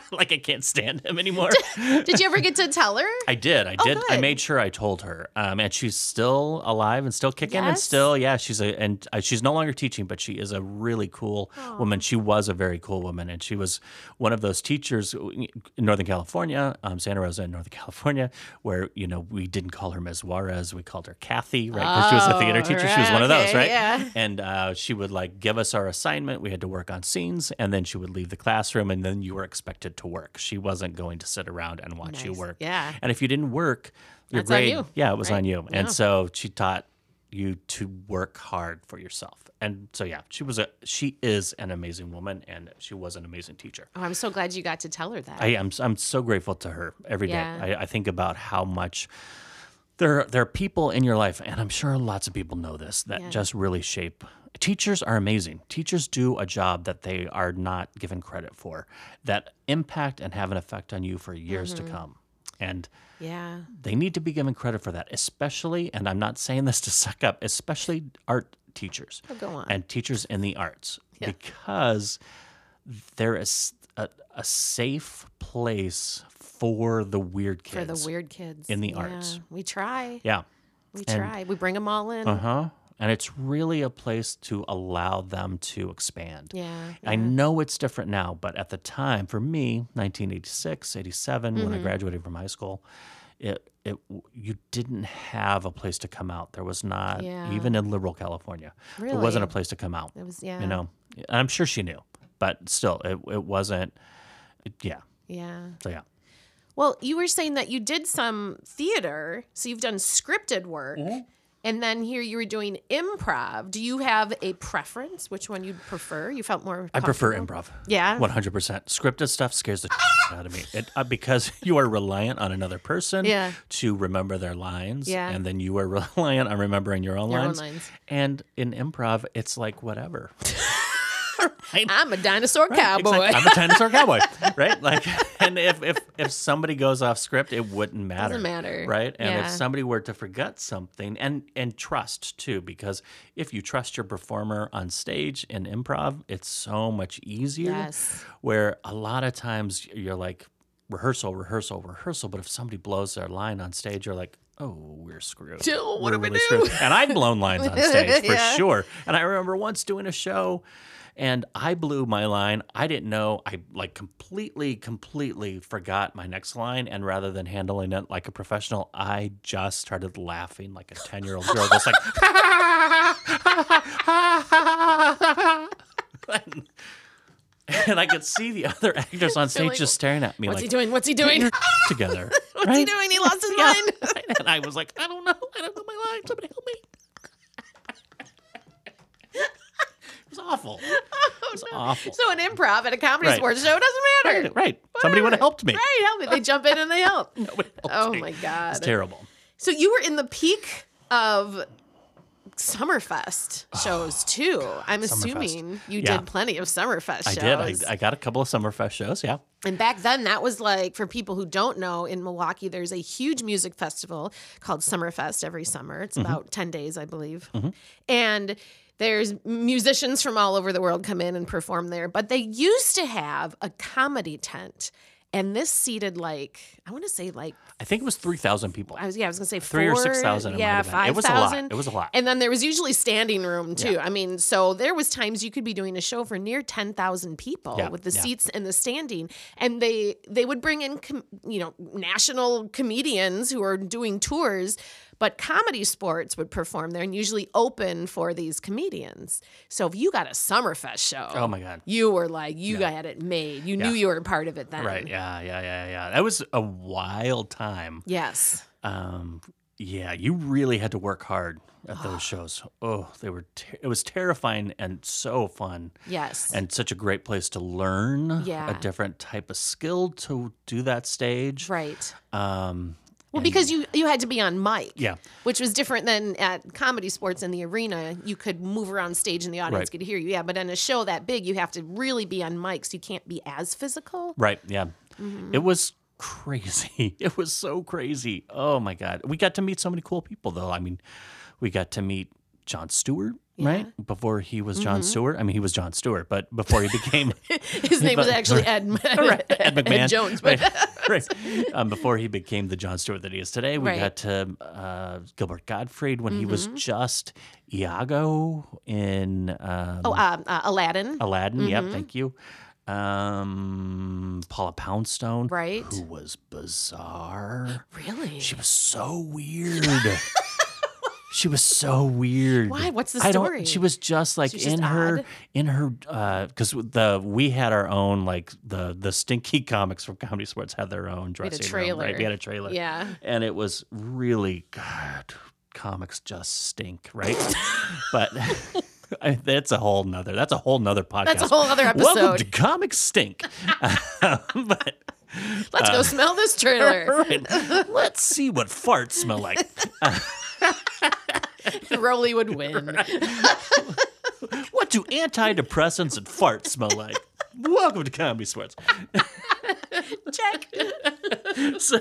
Speaker 3: like I can't stand him anymore.
Speaker 2: Did you ever get to tell her?
Speaker 3: I did. I did. I
Speaker 2: Oh, good.
Speaker 3: made sure I told her, um, and she's still alive and still kicking and
Speaker 2: Yes.
Speaker 3: still, yeah, she's a and uh, she's no longer teaching, but she is a really cool woman. She was a very cool woman, and she was one of those teachers in Northern California, um, Santa Rosa in Northern California, where you know we didn't call her Ms. Juarez, we called her Kathy, right? Because she was a theater
Speaker 2: Oh,
Speaker 3: teacher. She
Speaker 2: right,
Speaker 3: was one of those,
Speaker 2: okay,
Speaker 3: right?
Speaker 2: yeah.
Speaker 3: And uh, she would like give us our assignment. We had to work on scenes, and then she would leave the classroom, and then you were expected to work. She wasn't going to sit around and watch you
Speaker 2: Nice.
Speaker 3: work.
Speaker 2: Yeah.
Speaker 3: And if you didn't work, your
Speaker 2: That's on
Speaker 3: grade,
Speaker 2: you,
Speaker 3: yeah, it was
Speaker 2: right?
Speaker 3: on you. And
Speaker 2: Yeah.
Speaker 3: so she taught you to work hard for yourself. And so yeah, she was a she is an amazing woman, and she was an amazing teacher.
Speaker 2: Oh, I'm so glad you got to tell her that.
Speaker 3: I am I'm so grateful to her every day.
Speaker 2: Yeah.
Speaker 3: I, I think about how much. There, there are people in your life, and I'm sure lots of people know this, that
Speaker 2: Yeah.
Speaker 3: just really shape. Teachers are amazing. Teachers do a job that they are not given credit for, that impact and have an effect on you for years to
Speaker 2: Mm-hmm.
Speaker 3: come. And
Speaker 2: yeah.
Speaker 3: they need to be given credit for that, especially, and I'm not saying this to suck up, especially art teachers
Speaker 2: Go on.
Speaker 3: and teachers in the arts, because there is a, a safe place for the weird
Speaker 2: For
Speaker 3: kids.
Speaker 2: the weird kids.
Speaker 3: in the
Speaker 2: Yeah.
Speaker 3: arts.
Speaker 2: We try.
Speaker 3: Yeah.
Speaker 2: We
Speaker 3: And-
Speaker 2: try. We bring them all in.
Speaker 3: Uh huh. And it's really a place to allow them to expand.
Speaker 2: Yeah.
Speaker 3: I know it's different now, but at the time, for me, 1986, 87,
Speaker 2: Mm-hmm.
Speaker 3: when I graduated from high school, it it you didn't have a place to come out. There was not
Speaker 2: Yeah.
Speaker 3: even in liberal California. There wasn't a
Speaker 2: Really?
Speaker 3: place to come out.
Speaker 2: It was, yeah.
Speaker 3: You know, And I'm sure she knew, but still, it it wasn't. it- yeah.
Speaker 2: Yeah.
Speaker 3: So yeah.
Speaker 2: Well, you were saying that you did some theater, so you've done scripted work.
Speaker 3: Mm-hmm.
Speaker 2: And then here you were doing improv. Do you have a preference? Which one you'd prefer? You felt more.
Speaker 3: I prefer
Speaker 2: comfortable?
Speaker 3: improv.
Speaker 2: Yeah?
Speaker 3: 100%. Scripted stuff scares the out of me it, uh, because you are reliant on another person
Speaker 2: Yeah.
Speaker 3: to remember their lines.
Speaker 2: Yeah.
Speaker 3: And then you are reliant on remembering your own,
Speaker 2: Your own
Speaker 3: lines.
Speaker 2: lines.
Speaker 3: And in improv, it's like whatever.
Speaker 2: I'm a dinosaur
Speaker 3: It's
Speaker 2: cowboy.
Speaker 3: like, I'm a dinosaur cowboy, right? Like, and if, if, if somebody goes off script, it wouldn't matter.
Speaker 2: matter.
Speaker 3: Right. And
Speaker 2: Yeah.
Speaker 3: if somebody were to forget something and, and trust too, because if you trust your performer on stage in improv, it's so much easier
Speaker 2: Yes.
Speaker 3: where a lot of times you're like rehearsal, rehearsal, rehearsal. But if somebody blows their line on stage, you're like, oh, we're screwed.
Speaker 2: Oh, what
Speaker 3: We're
Speaker 2: do we
Speaker 3: screwed." And I've blown lines on stage for
Speaker 2: Yeah.
Speaker 3: sure. And I remember once doing a show and I blew my line. I didn't know. I like completely, completely forgot my next line. And rather than handling it like a professional, I just started laughing like a 10 year old girl. Just like, and I could see the other actors on stage
Speaker 2: like,
Speaker 3: just staring at me
Speaker 2: What's he
Speaker 3: like
Speaker 2: doing? What's he doing? What's
Speaker 3: together.
Speaker 2: he
Speaker 3: right?
Speaker 2: doing? He lost his
Speaker 3: Yeah,
Speaker 2: mind.
Speaker 3: right. And I was like, I don't know. I don't know my line. Somebody help me. It was awful.
Speaker 2: Oh,
Speaker 3: It was awful.
Speaker 2: So an improv at a comedy
Speaker 3: Right.
Speaker 2: sports show it doesn't matter.
Speaker 3: right. right. Somebody would have helped me.
Speaker 2: Right, help me. They jump in and they help.
Speaker 3: Nobody helped
Speaker 2: Oh
Speaker 3: me.
Speaker 2: my
Speaker 3: It's
Speaker 2: god.
Speaker 3: terrible.
Speaker 2: So you were in the peak of Summerfest shows too. I'm assuming you
Speaker 3: Yeah.
Speaker 2: did plenty of Summerfest
Speaker 3: I
Speaker 2: shows.
Speaker 3: did. I, I got a couple of Summerfest shows. Yeah.
Speaker 2: And back then, that was like, for people who don't know, in Milwaukee, there's a huge music festival called Summerfest every summer. It's about 10 days, I believe. And there's musicians from all over the world come in and perform there. But they used to have a comedy tent. And this seated like, I want to say like
Speaker 3: I think it was 3,000 people.
Speaker 2: I was yeah, I was gonna say
Speaker 3: Three or
Speaker 2: four,
Speaker 3: 6,000 it might
Speaker 2: Yeah,
Speaker 3: have been. It
Speaker 2: five
Speaker 3: was a lot.
Speaker 2: thousand.
Speaker 3: It was a lot.
Speaker 2: And then there was usually standing room too. I mean, so there was times you could be doing a show for near ten thousand people
Speaker 3: Yeah,
Speaker 2: with the
Speaker 3: yeah.
Speaker 2: seats and the standing. And they they would bring in com- you know national comedians who are doing tours, But comedy sports would perform there and usually open for these comedians. So if you got a Summerfest show,
Speaker 3: Oh my God.
Speaker 2: you were like, you had it made. You
Speaker 3: Yeah.
Speaker 2: knew you were a part of it then.
Speaker 3: Right. Yeah. Yeah. Yeah. Yeah. That was a wild time.
Speaker 2: Yes.
Speaker 3: Um, yeah, you really had to work hard at those shows. Oh, they were ter- it was terrifying and so fun
Speaker 2: Yes.
Speaker 3: and such a great place to learn
Speaker 2: Yeah.
Speaker 3: a different type of skill to do that stage.
Speaker 2: right.
Speaker 3: Um,
Speaker 2: Well, because you you had to be on mic.
Speaker 3: Yeah.
Speaker 2: Which was different than at comedy sports in the arena. You could move around stage and the audience
Speaker 3: Right.
Speaker 2: could hear you. Yeah, but on a show that big, you have to really be on mic, so you can't be as physical.
Speaker 3: right, yeah.
Speaker 2: Mm-hmm.
Speaker 3: It was crazy. It was so crazy. Oh my god. We got to meet so many cool people though. I mean, we got to meet John Stewart, right? Before he was John
Speaker 2: Mm-hmm.
Speaker 3: Stewart. I mean, he was John Stewart, but before he became
Speaker 2: His name was actually Ed,
Speaker 3: Ed McMahon
Speaker 2: Jones, but
Speaker 3: right, right. Um, before he became the John Stewart that he is today, we
Speaker 2: Right. Mm-hmm.
Speaker 3: got to uh, Gilbert Gottfried when he was just Iago in um,
Speaker 2: oh, Mm-hmm. um, uh, Aladdin.
Speaker 3: Aladdin. Yep, thank you. Um, Paula Poundstone,
Speaker 2: Right.
Speaker 3: who was bizarre.
Speaker 2: Really?
Speaker 3: She was so weird. she was so weird.
Speaker 2: Why? What's the
Speaker 3: I
Speaker 2: story?
Speaker 3: don't. She was just like
Speaker 2: She was
Speaker 3: in
Speaker 2: just
Speaker 3: her
Speaker 2: odd?
Speaker 3: in her because the we had our own like the the stinky comics from Comedy Sports had their own
Speaker 2: had a
Speaker 3: dressing room. Right?
Speaker 2: trailer.
Speaker 3: We had a trailer.
Speaker 2: Yeah.
Speaker 3: And it was really God. Comics just stink, right? but. I, that's a whole nother. That's a whole nother podcast.
Speaker 2: That's a whole other
Speaker 3: Welcome to
Speaker 2: episode.
Speaker 3: Comics Stink. Um, but
Speaker 2: Let's
Speaker 3: uh,
Speaker 2: go smell this trailer.
Speaker 3: Alright, Let's see what farts smell like.
Speaker 2: Rolly would win.
Speaker 3: What do antidepressants and farts smell like? Welcome to Comedy Sports.
Speaker 2: Check.
Speaker 3: So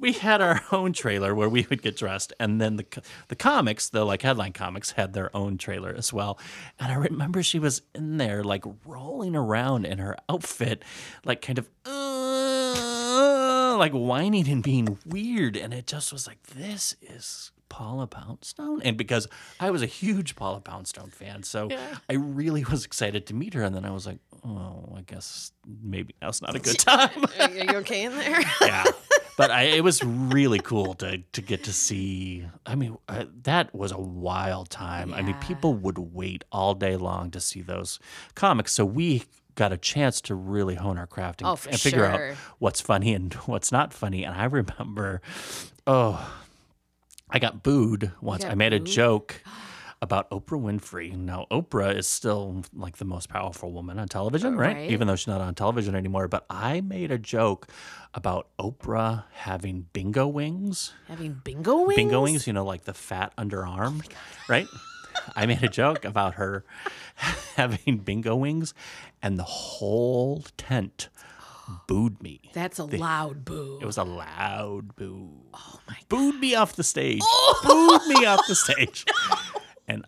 Speaker 3: we had our own trailer where we would get dressed, and then the co- the comics, the like headline comics, had their own trailer as well. And I remember she was in there like rolling around in her outfit, like kind of. "Uh," like whining and being weird, and it just was like, this is Paula Poundstone. And because I was a huge Paula Poundstone fan, so I really was excited to meet her. And then I was like, oh, I guess maybe now's not a good time
Speaker 2: Are you okay in there?
Speaker 3: yeah. But I, it was really cool to to get to see. I mean, uh, that was a wild time. I mean,
Speaker 2: Yeah.
Speaker 3: people would wait all day long to see those comics. So we got a chance to really hone our craft and,
Speaker 2: Oh, for
Speaker 3: and figure
Speaker 2: sure.
Speaker 3: out what's funny and what's not funny. And I remember, oh, I got booed once.
Speaker 2: got
Speaker 3: I made a joke about Oprah Winfrey. Now, Oprah is still like the most powerful woman on television, right?
Speaker 2: Right.
Speaker 3: Even though she's not on television anymore. But I made a joke about Oprah having bingo wings.
Speaker 2: Having bingo wings.
Speaker 3: Bingo wings, you know, like the fat underarm, right? I made a joke about her having bingo wings, and the whole tent booed me.
Speaker 2: That's a loud boo.
Speaker 3: It was a loud boo. Oh my Oh. Booed me off the stage. Booed me off the stage. And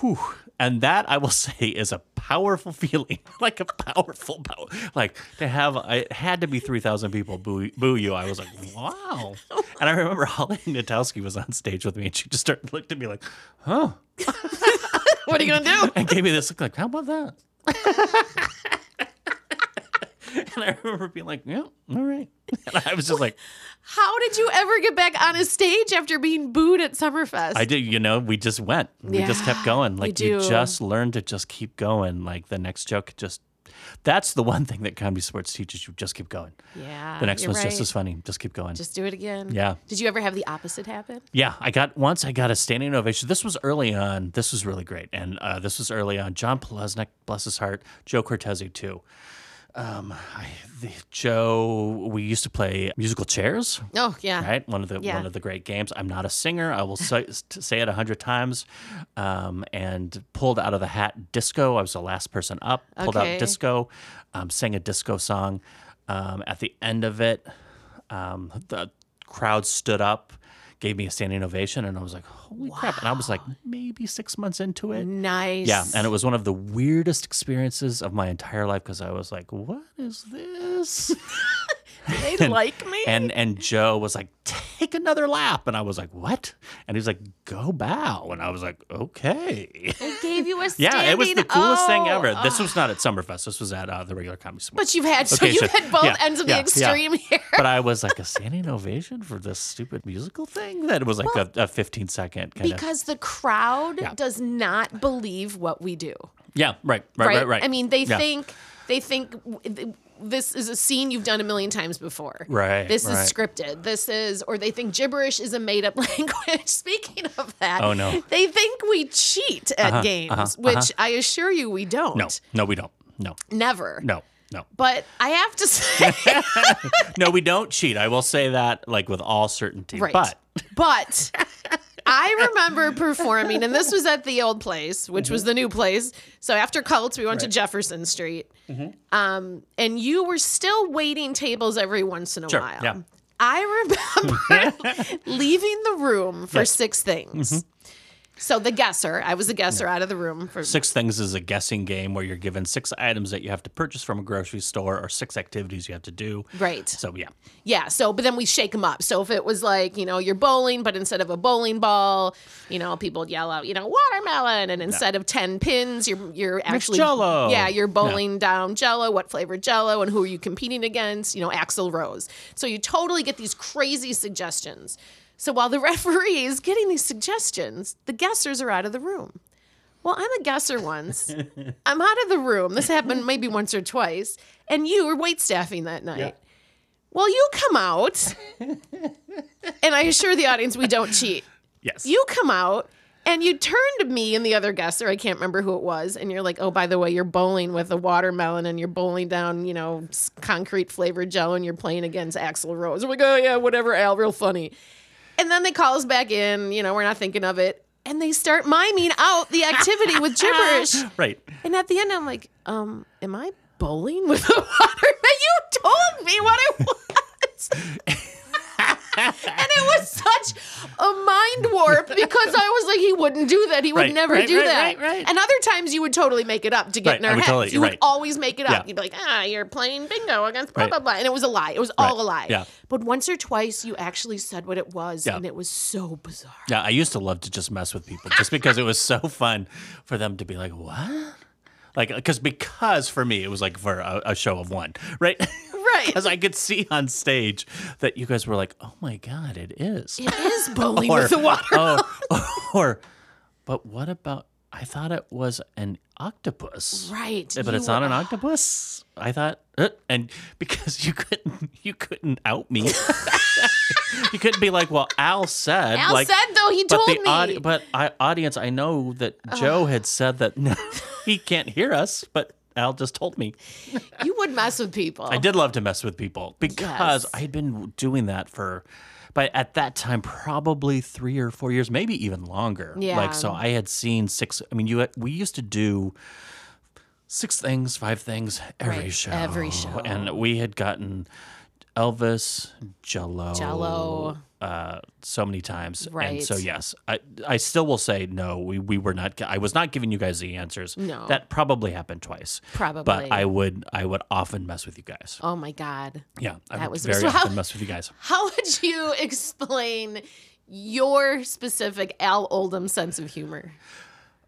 Speaker 3: whew, and that I will say is a powerful feeling, like a powerful power. Like to have it had to be three thousand people boo boo you. I was like, wow. And I remember Holly Natowski was on stage with me, and she just started looked at me like, huh,
Speaker 2: What are you gonna do?
Speaker 3: and gave me this look like, how about that? and I remember being like, yeah, all right. And I was just like.
Speaker 2: How did you ever get back on a stage after being booed at Summerfest?
Speaker 3: I did, you know, we just went. We just kept
Speaker 2: Yeah,
Speaker 3: going.
Speaker 2: you
Speaker 3: Like you,
Speaker 2: do.
Speaker 3: just learn to just keep going. Like the next joke just that's the one thing that comedy sports teaches you just keep going.
Speaker 2: yeah.
Speaker 3: The next
Speaker 2: Ah, you're
Speaker 3: one's just
Speaker 2: right.
Speaker 3: as funny. Just keep going.
Speaker 2: Just do it again.
Speaker 3: Yeah.
Speaker 2: Did you ever have the opposite happen?
Speaker 3: Yeah, I got once I got a standing ovation. This was early on. This was really great, and uh, this was early on. John Pelesnik, bless his heart, Joe Cortese too. Um, I, the, Joe, we used to play musical chairs,
Speaker 2: Oh yeah.
Speaker 3: right? One of the
Speaker 2: Yeah.
Speaker 3: one of the great games. I'm not a singer. I will say, say it a hundred times. Um, and pulled out of the hat disco. I was the last person up. Pulled
Speaker 2: Okay.
Speaker 3: out disco. Um, sang a disco song. Um, at the end of it, um, the crowd stood up, gave me a standing ovation, and I was like, "Holy crap!" And I was like, maybe six months into it.
Speaker 2: Nice.
Speaker 3: Yeah, and it was one of the weirdest experiences of my entire life because I was like, "What is this?"
Speaker 2: they like me.
Speaker 3: and and Joe was like, take another lap. And I was like, what? And he's like, go bow. And I was like, okay.
Speaker 2: It gave you a standing
Speaker 3: Yeah, it was the coolest thing
Speaker 2: O.
Speaker 3: ever. This
Speaker 2: Ugh.
Speaker 3: was not at Summerfest. This was at uh, the regular comedy. Store.
Speaker 2: But you've had so
Speaker 3: Okay,
Speaker 2: you've
Speaker 3: so-
Speaker 2: had both
Speaker 3: yeah,
Speaker 2: ends of
Speaker 3: yeah,
Speaker 2: the
Speaker 3: yeah.
Speaker 2: extreme here.
Speaker 3: but I was like a standing ovation for this stupid musical thing that was like a, a 15 second kind of.
Speaker 2: Because the crowd
Speaker 3: Yeah.
Speaker 2: does not believe what we do.
Speaker 3: Yeah, right, right, right, right.
Speaker 2: I mean, they
Speaker 3: Yeah.
Speaker 2: think they think w- th- this is a scene you've done a million times before.
Speaker 3: Right,
Speaker 2: This
Speaker 3: right.
Speaker 2: is scripted. This is, or they think gibberish is a made up language. Speaking of that,
Speaker 3: Oh, no. Uh-huh,
Speaker 2: they think we cheat at games, which I assure you we don't.
Speaker 3: no, no, we don't. No,
Speaker 2: Never.
Speaker 3: no, no.
Speaker 2: But I have to say,
Speaker 3: No, we don't cheat. I will say that like with all certainty.
Speaker 2: Right.
Speaker 3: But
Speaker 2: But I remember performing, and this was at the old place, which
Speaker 3: Mm-hmm.
Speaker 2: was the new place. So after cults, we went to Jefferson Street.
Speaker 3: Mm-hmm.
Speaker 2: Um, and you were still waiting tables every once in a
Speaker 3: Sure,
Speaker 2: while.
Speaker 3: yeah.
Speaker 2: I remember leaving the room for
Speaker 3: Yes. Mm-hmm.
Speaker 2: six things. So the guesser, I was a guesser out of the room for
Speaker 3: Six Things is a guessing game where you're given six items that you have to purchase from a grocery store or six activities you have to do.
Speaker 2: Right.
Speaker 3: So, yeah.
Speaker 2: Yeah. So, but then we shake them up. So if it was like, you know, you're bowling, but instead of a bowling ball, you know, people would yell out, you know, watermelon, and instead of ten pins, you're you're actually
Speaker 3: Jell-O.
Speaker 2: Yeah, you're bowling down Jello. What flavor Jello? And who are you competing against? You know, Axel Rose. So you totally get these crazy suggestions. So while the referee is getting these suggestions, the guessers are out of the room. Well, I'm a guesser once. I'm out of the room. This happened maybe once or twice. And you were wait staffing that night. Well, you come out, and I assure the audience we don't cheat.
Speaker 3: Yes.
Speaker 2: You come out, and you turn to me and the other guesser, I can't remember who it was, and you're like, oh, by the way, you're bowling with a watermelon, and you're bowling down, you know, s- concrete flavored gel, and you're playing against Axl Rose. I'm like, oh, yeah, whatever, Al, real funny. And then they call us back in, you know, we're not thinking of it, and they start miming out the activity with gibberish.
Speaker 3: Right.
Speaker 2: And at the end, I'm like, um, am I bowling with a watermelon? You told me what it was. and it was such a mind warp because I was like, he wouldn't do that. He would
Speaker 3: Right,
Speaker 2: never
Speaker 3: right,
Speaker 2: do
Speaker 3: right,
Speaker 2: that.
Speaker 3: right, right.
Speaker 2: And other times you would totally make it up to get
Speaker 3: Right,
Speaker 2: in
Speaker 3: I
Speaker 2: our
Speaker 3: would
Speaker 2: heads.
Speaker 3: totally-
Speaker 2: you would
Speaker 3: right.
Speaker 2: always make it up.
Speaker 3: Yeah.
Speaker 2: You'd be like, ah, you're playing bingo against blah,
Speaker 3: Right.
Speaker 2: blah, blah. And it was a lie. It was all a lie.
Speaker 3: Yeah.
Speaker 2: But once or twice you actually said what it was
Speaker 3: Yeah.
Speaker 2: and it was so bizarre.
Speaker 3: Yeah, I used to love to just mess with people just because it was so fun for them to be like, "What?" Like because because for me it was like for a, a show of one, right?
Speaker 2: Right.
Speaker 3: Because I could see on stage that you guys were like, "Oh my god, it is."
Speaker 2: It is bowling with a watermelon.
Speaker 3: or, or but what about I thought it was an octopus.
Speaker 2: Right.
Speaker 3: But it's
Speaker 2: you-
Speaker 3: not an octopus. I thought, uh, and because you couldn't, you couldn't out me. you couldn't be like, well, Al said,
Speaker 2: Al
Speaker 3: like,
Speaker 2: said though he told
Speaker 3: but the
Speaker 2: me.
Speaker 3: audi- but I, audience, I know that Joe had said that no, he can't hear us, but Al just told me.
Speaker 2: you would mess with people.
Speaker 3: I did love to mess with people because
Speaker 2: Yes.
Speaker 3: I had been doing that for, but at that time probably three or four years, maybe even longer.
Speaker 2: Yeah.
Speaker 3: Like so, I had seen six. I mean, you had, we used to do six things, five things every
Speaker 2: Right,
Speaker 3: show,
Speaker 2: every show.
Speaker 3: and we had gotten Elvis, Jello,
Speaker 2: Jell-O.
Speaker 3: uh, so many times. And so
Speaker 2: Right.
Speaker 3: yes, I I still will say no. We we were not. gi- I was not giving you guys the answers.
Speaker 2: No.
Speaker 3: that probably happened twice.
Speaker 2: Probably.
Speaker 3: but I would I would often mess with you guys.
Speaker 2: Oh my god.
Speaker 3: Yeah, I
Speaker 2: That
Speaker 3: that
Speaker 2: was-
Speaker 3: was very
Speaker 2: so how-
Speaker 3: often mess with you guys.
Speaker 2: How would you explain your specific Al Oldham sense of humor?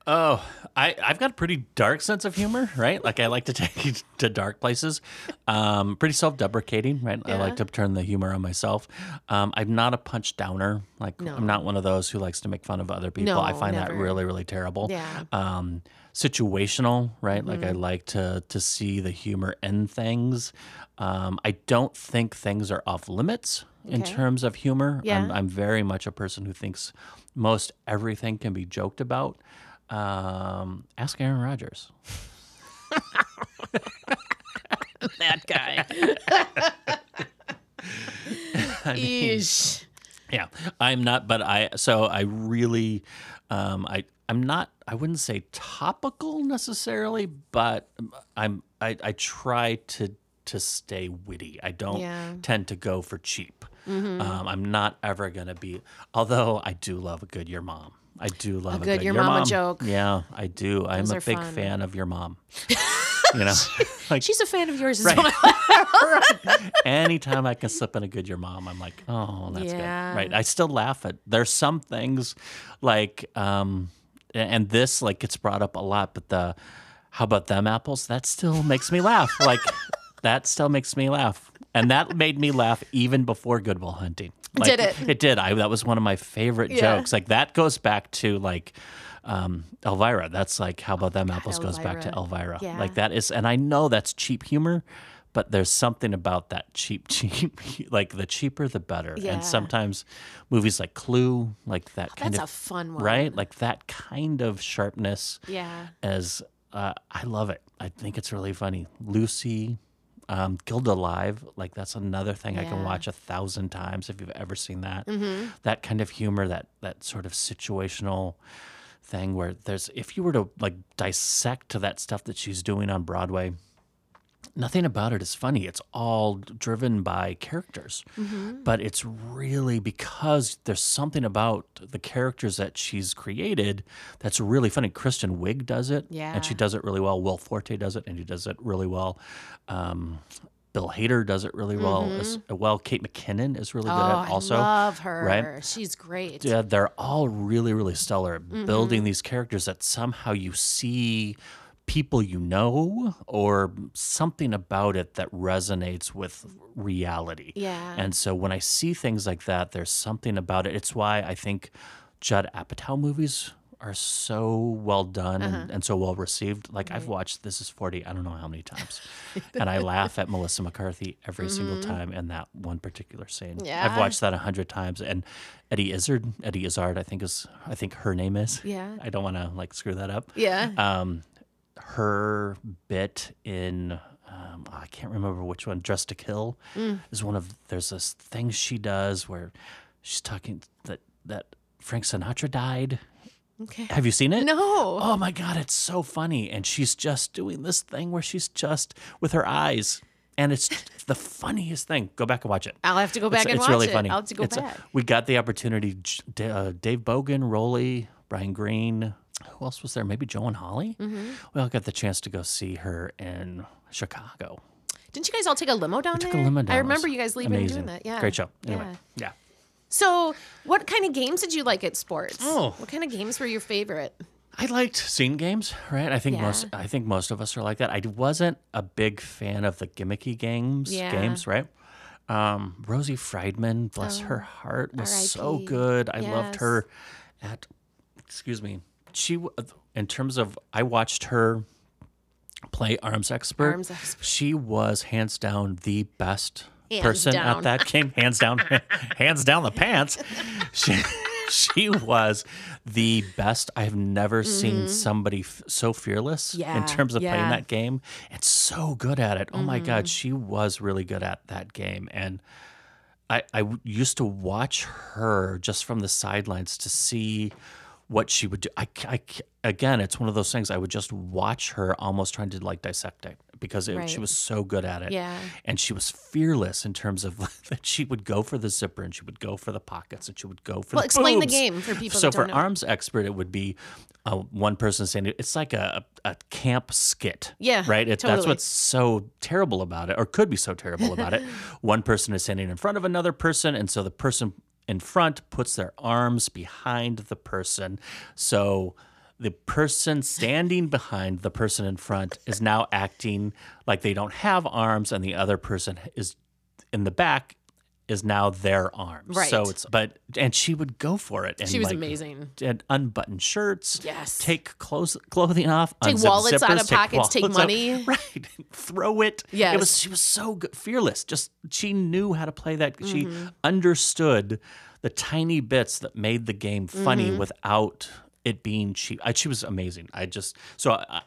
Speaker 3: Oh, I I've got a pretty dark sense of humor, right? Like I like to take you to dark places. Um, pretty self-deprecating, right? I like to turn the humor on myself. Um, I'm not a punch downer. Like I'm not one of those who likes to make fun of other people. I
Speaker 2: No,
Speaker 3: find that
Speaker 2: never.
Speaker 3: really really terrible.
Speaker 2: Yeah. Mm-hmm.
Speaker 3: Um, situational, right? Like I like to to see the humor in things. Um, I don't think things are off limits in
Speaker 2: Okay.
Speaker 3: terms of humor.
Speaker 2: Yeah.
Speaker 3: I'm, I'm very much a person who thinks most everything can be joked about. Um, ask Aaron Rodgers.
Speaker 2: That guy. Eesh.
Speaker 3: Yeah, I'm not, but I so I really, um, I I'm not. I wouldn't say topical necessarily, but I'm I I try to to stay witty. I don't
Speaker 2: Yeah. Mm-hmm.
Speaker 3: tend to go for cheap. Um, I'm not ever gonna be. Although I do love a good your mom. I do love a,
Speaker 2: good
Speaker 3: good
Speaker 2: your
Speaker 3: your
Speaker 2: mama
Speaker 3: mom
Speaker 2: joke.
Speaker 3: Yeah, I do. I'm
Speaker 2: Those
Speaker 3: a
Speaker 2: are
Speaker 3: big
Speaker 2: fun.
Speaker 3: fan of your mom. you know, like
Speaker 2: She's a fan of yours as
Speaker 3: Right.
Speaker 2: well.
Speaker 3: anytime I can slip in a good your mom, I'm like, oh, that's
Speaker 2: Yeah.
Speaker 3: good. Right. I still laugh at there's some things like um a- and this like gets brought up a lot, but the how about them apples? That still makes me laugh. Like that still makes me laugh. And that made me laugh even before Goodwill hunting. Like,
Speaker 2: Did it?
Speaker 3: It did. I that was one of my favorite
Speaker 2: Yeah.
Speaker 3: jokes. Like that goes back to like um, Elvira. That's like how about them apples goes back to Elvira.
Speaker 2: Yeah.
Speaker 3: Like that is, and I know that's cheap humor, but there's something about that cheap, cheap, like the cheaper the better.
Speaker 2: Yeah.
Speaker 3: And sometimes movies like Clue, like that kind
Speaker 2: That's a
Speaker 3: of
Speaker 2: fun one.
Speaker 3: right, like that kind of sharpness
Speaker 2: Yeah.
Speaker 3: as uh, I love it. I think it's really funny. Lucy, um, Gilda Live, like that's another thing I
Speaker 2: Yeah.
Speaker 3: can watch a thousand times if you've ever seen that. That kind of humor, that that sort of situational thing where there's if you were to like dissect that stuff that she's doing on Broadway. Nothing about it is funny. It's all driven by characters.
Speaker 2: Mm-hmm.
Speaker 3: But it's really because there's something about the characters that she's created that's really funny. Kristen Wiig does it,
Speaker 2: Yeah.
Speaker 3: and she does it really well. Will Forte does it, and he does it really well. Um, Bill Hader does it really well as well. Kate McKinnon is really
Speaker 2: Mm-hmm. Oh,
Speaker 3: good at it also.
Speaker 2: I love her.
Speaker 3: right?
Speaker 2: She's great.
Speaker 3: Yeah, they're all really, really stellar at building these characters that somehow you see people you know or something about it that resonates with reality.
Speaker 2: Yeah.
Speaker 3: And so when I see things like that, there's something about it. It's why I think Judd Apatow movies are so well done
Speaker 2: Uh-huh.
Speaker 3: and, and so well received. Like I've watched This Is 40, I don't know how many times. and I laugh at Melissa McCarthy every single time in that one particular scene.
Speaker 2: Mm-hmm. Yeah.
Speaker 3: I've watched that a hundred times. And Eddie Izzard, Eddie Izzard, I think is I think her name is.
Speaker 2: Yeah.
Speaker 3: I don't wanna like screw that up
Speaker 2: Yeah.
Speaker 3: um, her bit in um, I can't remember which one, Dress to Kill, is one of there's this thing she does where she's talking that that Frank Sinatra died.
Speaker 2: okay.
Speaker 3: Have you seen it?
Speaker 2: No.
Speaker 3: Oh my god, it's so funny, and she's just doing this thing where she's just with her eyes, and it's the funniest thing. Go back and watch it.
Speaker 2: I'll have to go back and watch it. I'll have to go
Speaker 3: It's-
Speaker 2: back.
Speaker 3: we got the opportunity. J- D- uh, Dave Bogan, Rowley, Brian Green. Who else was there? Maybe Joan Holly.
Speaker 2: Mm-hmm.
Speaker 3: We all got the chance to go see her in Chicago.
Speaker 2: Didn't you guys all take a limo down
Speaker 3: Took a
Speaker 2: there?
Speaker 3: limo down.
Speaker 2: I
Speaker 3: It
Speaker 2: remember
Speaker 3: was
Speaker 2: you guys leaving
Speaker 3: amazing.
Speaker 2: and doing that. Yeah.
Speaker 3: Great show. Anyway,
Speaker 2: Yeah.
Speaker 3: yeah.
Speaker 2: So, what kind of games did you like at sports?
Speaker 3: Oh.
Speaker 2: What kind of games were your favorite?
Speaker 3: I liked scene games, right? I think
Speaker 2: Yeah.
Speaker 3: most I think most of us are like that. I wasn't a big fan of the gimmicky games,
Speaker 2: Yeah.
Speaker 3: games, right? Um, Rosie Friedman, bless her heart, was so
Speaker 2: R.I.P..
Speaker 3: good. I loved
Speaker 2: Oh, Yes.
Speaker 3: her at excuse me. She w- in terms of I watched her play Arms Expert.
Speaker 2: Arms Expert.
Speaker 3: She was hands down the best
Speaker 2: Hands
Speaker 3: person
Speaker 2: down.
Speaker 3: at that game, hands down, hands down the pants. She, she was the best. I have never seen somebody f- so fearless
Speaker 2: Mm-hmm. Yeah,
Speaker 3: in terms of
Speaker 2: yeah. Mm-hmm.
Speaker 3: playing that game and so good at it. Oh my God, she was really good at that game. And I, I w- used to watch her just from the sidelines to see what she would do. I, c- I c- again, it's one of those things I would just watch her almost trying to like dissect it because it,
Speaker 2: Right.
Speaker 3: she was so good at it.
Speaker 2: Yeah.
Speaker 3: And she was fearless in terms of that she would go for the zipper and she would go for the pockets and she would go for
Speaker 2: Well,
Speaker 3: the
Speaker 2: explain the
Speaker 3: boobs.
Speaker 2: game for people
Speaker 3: So
Speaker 2: that don't
Speaker 3: for
Speaker 2: know.
Speaker 3: arms expert, it would be uh, one person saying it's like a, a camp skit.
Speaker 2: Yeah,
Speaker 3: Right. It, That's
Speaker 2: totally.
Speaker 3: what's so terrible about it, or could be so terrible about it. One person is standing in front of another person, and so the person in front puts their arms behind the person, so. The person standing behind the person in front is now acting like they don't have arms, and the other person is in the back is now their arms. So
Speaker 2: Right.
Speaker 3: it's but and she would go for it. And
Speaker 2: She was
Speaker 3: like,
Speaker 2: amazing.
Speaker 3: and unbutton shirts.
Speaker 2: Yes.
Speaker 3: Take clothes, clothing off.
Speaker 2: Take
Speaker 3: unzip
Speaker 2: wallets out
Speaker 3: zippers,
Speaker 2: of pockets, take
Speaker 3: wallets out-
Speaker 2: money.
Speaker 3: right. Throw it.
Speaker 2: Yes.
Speaker 3: It was. She was so good, fearless. Just she knew how to play that.
Speaker 2: Mm-hmm.
Speaker 3: She understood the tiny bits that made the game funny
Speaker 2: Mm-hmm.
Speaker 3: without it being cheap. I, she was amazing. I just so I,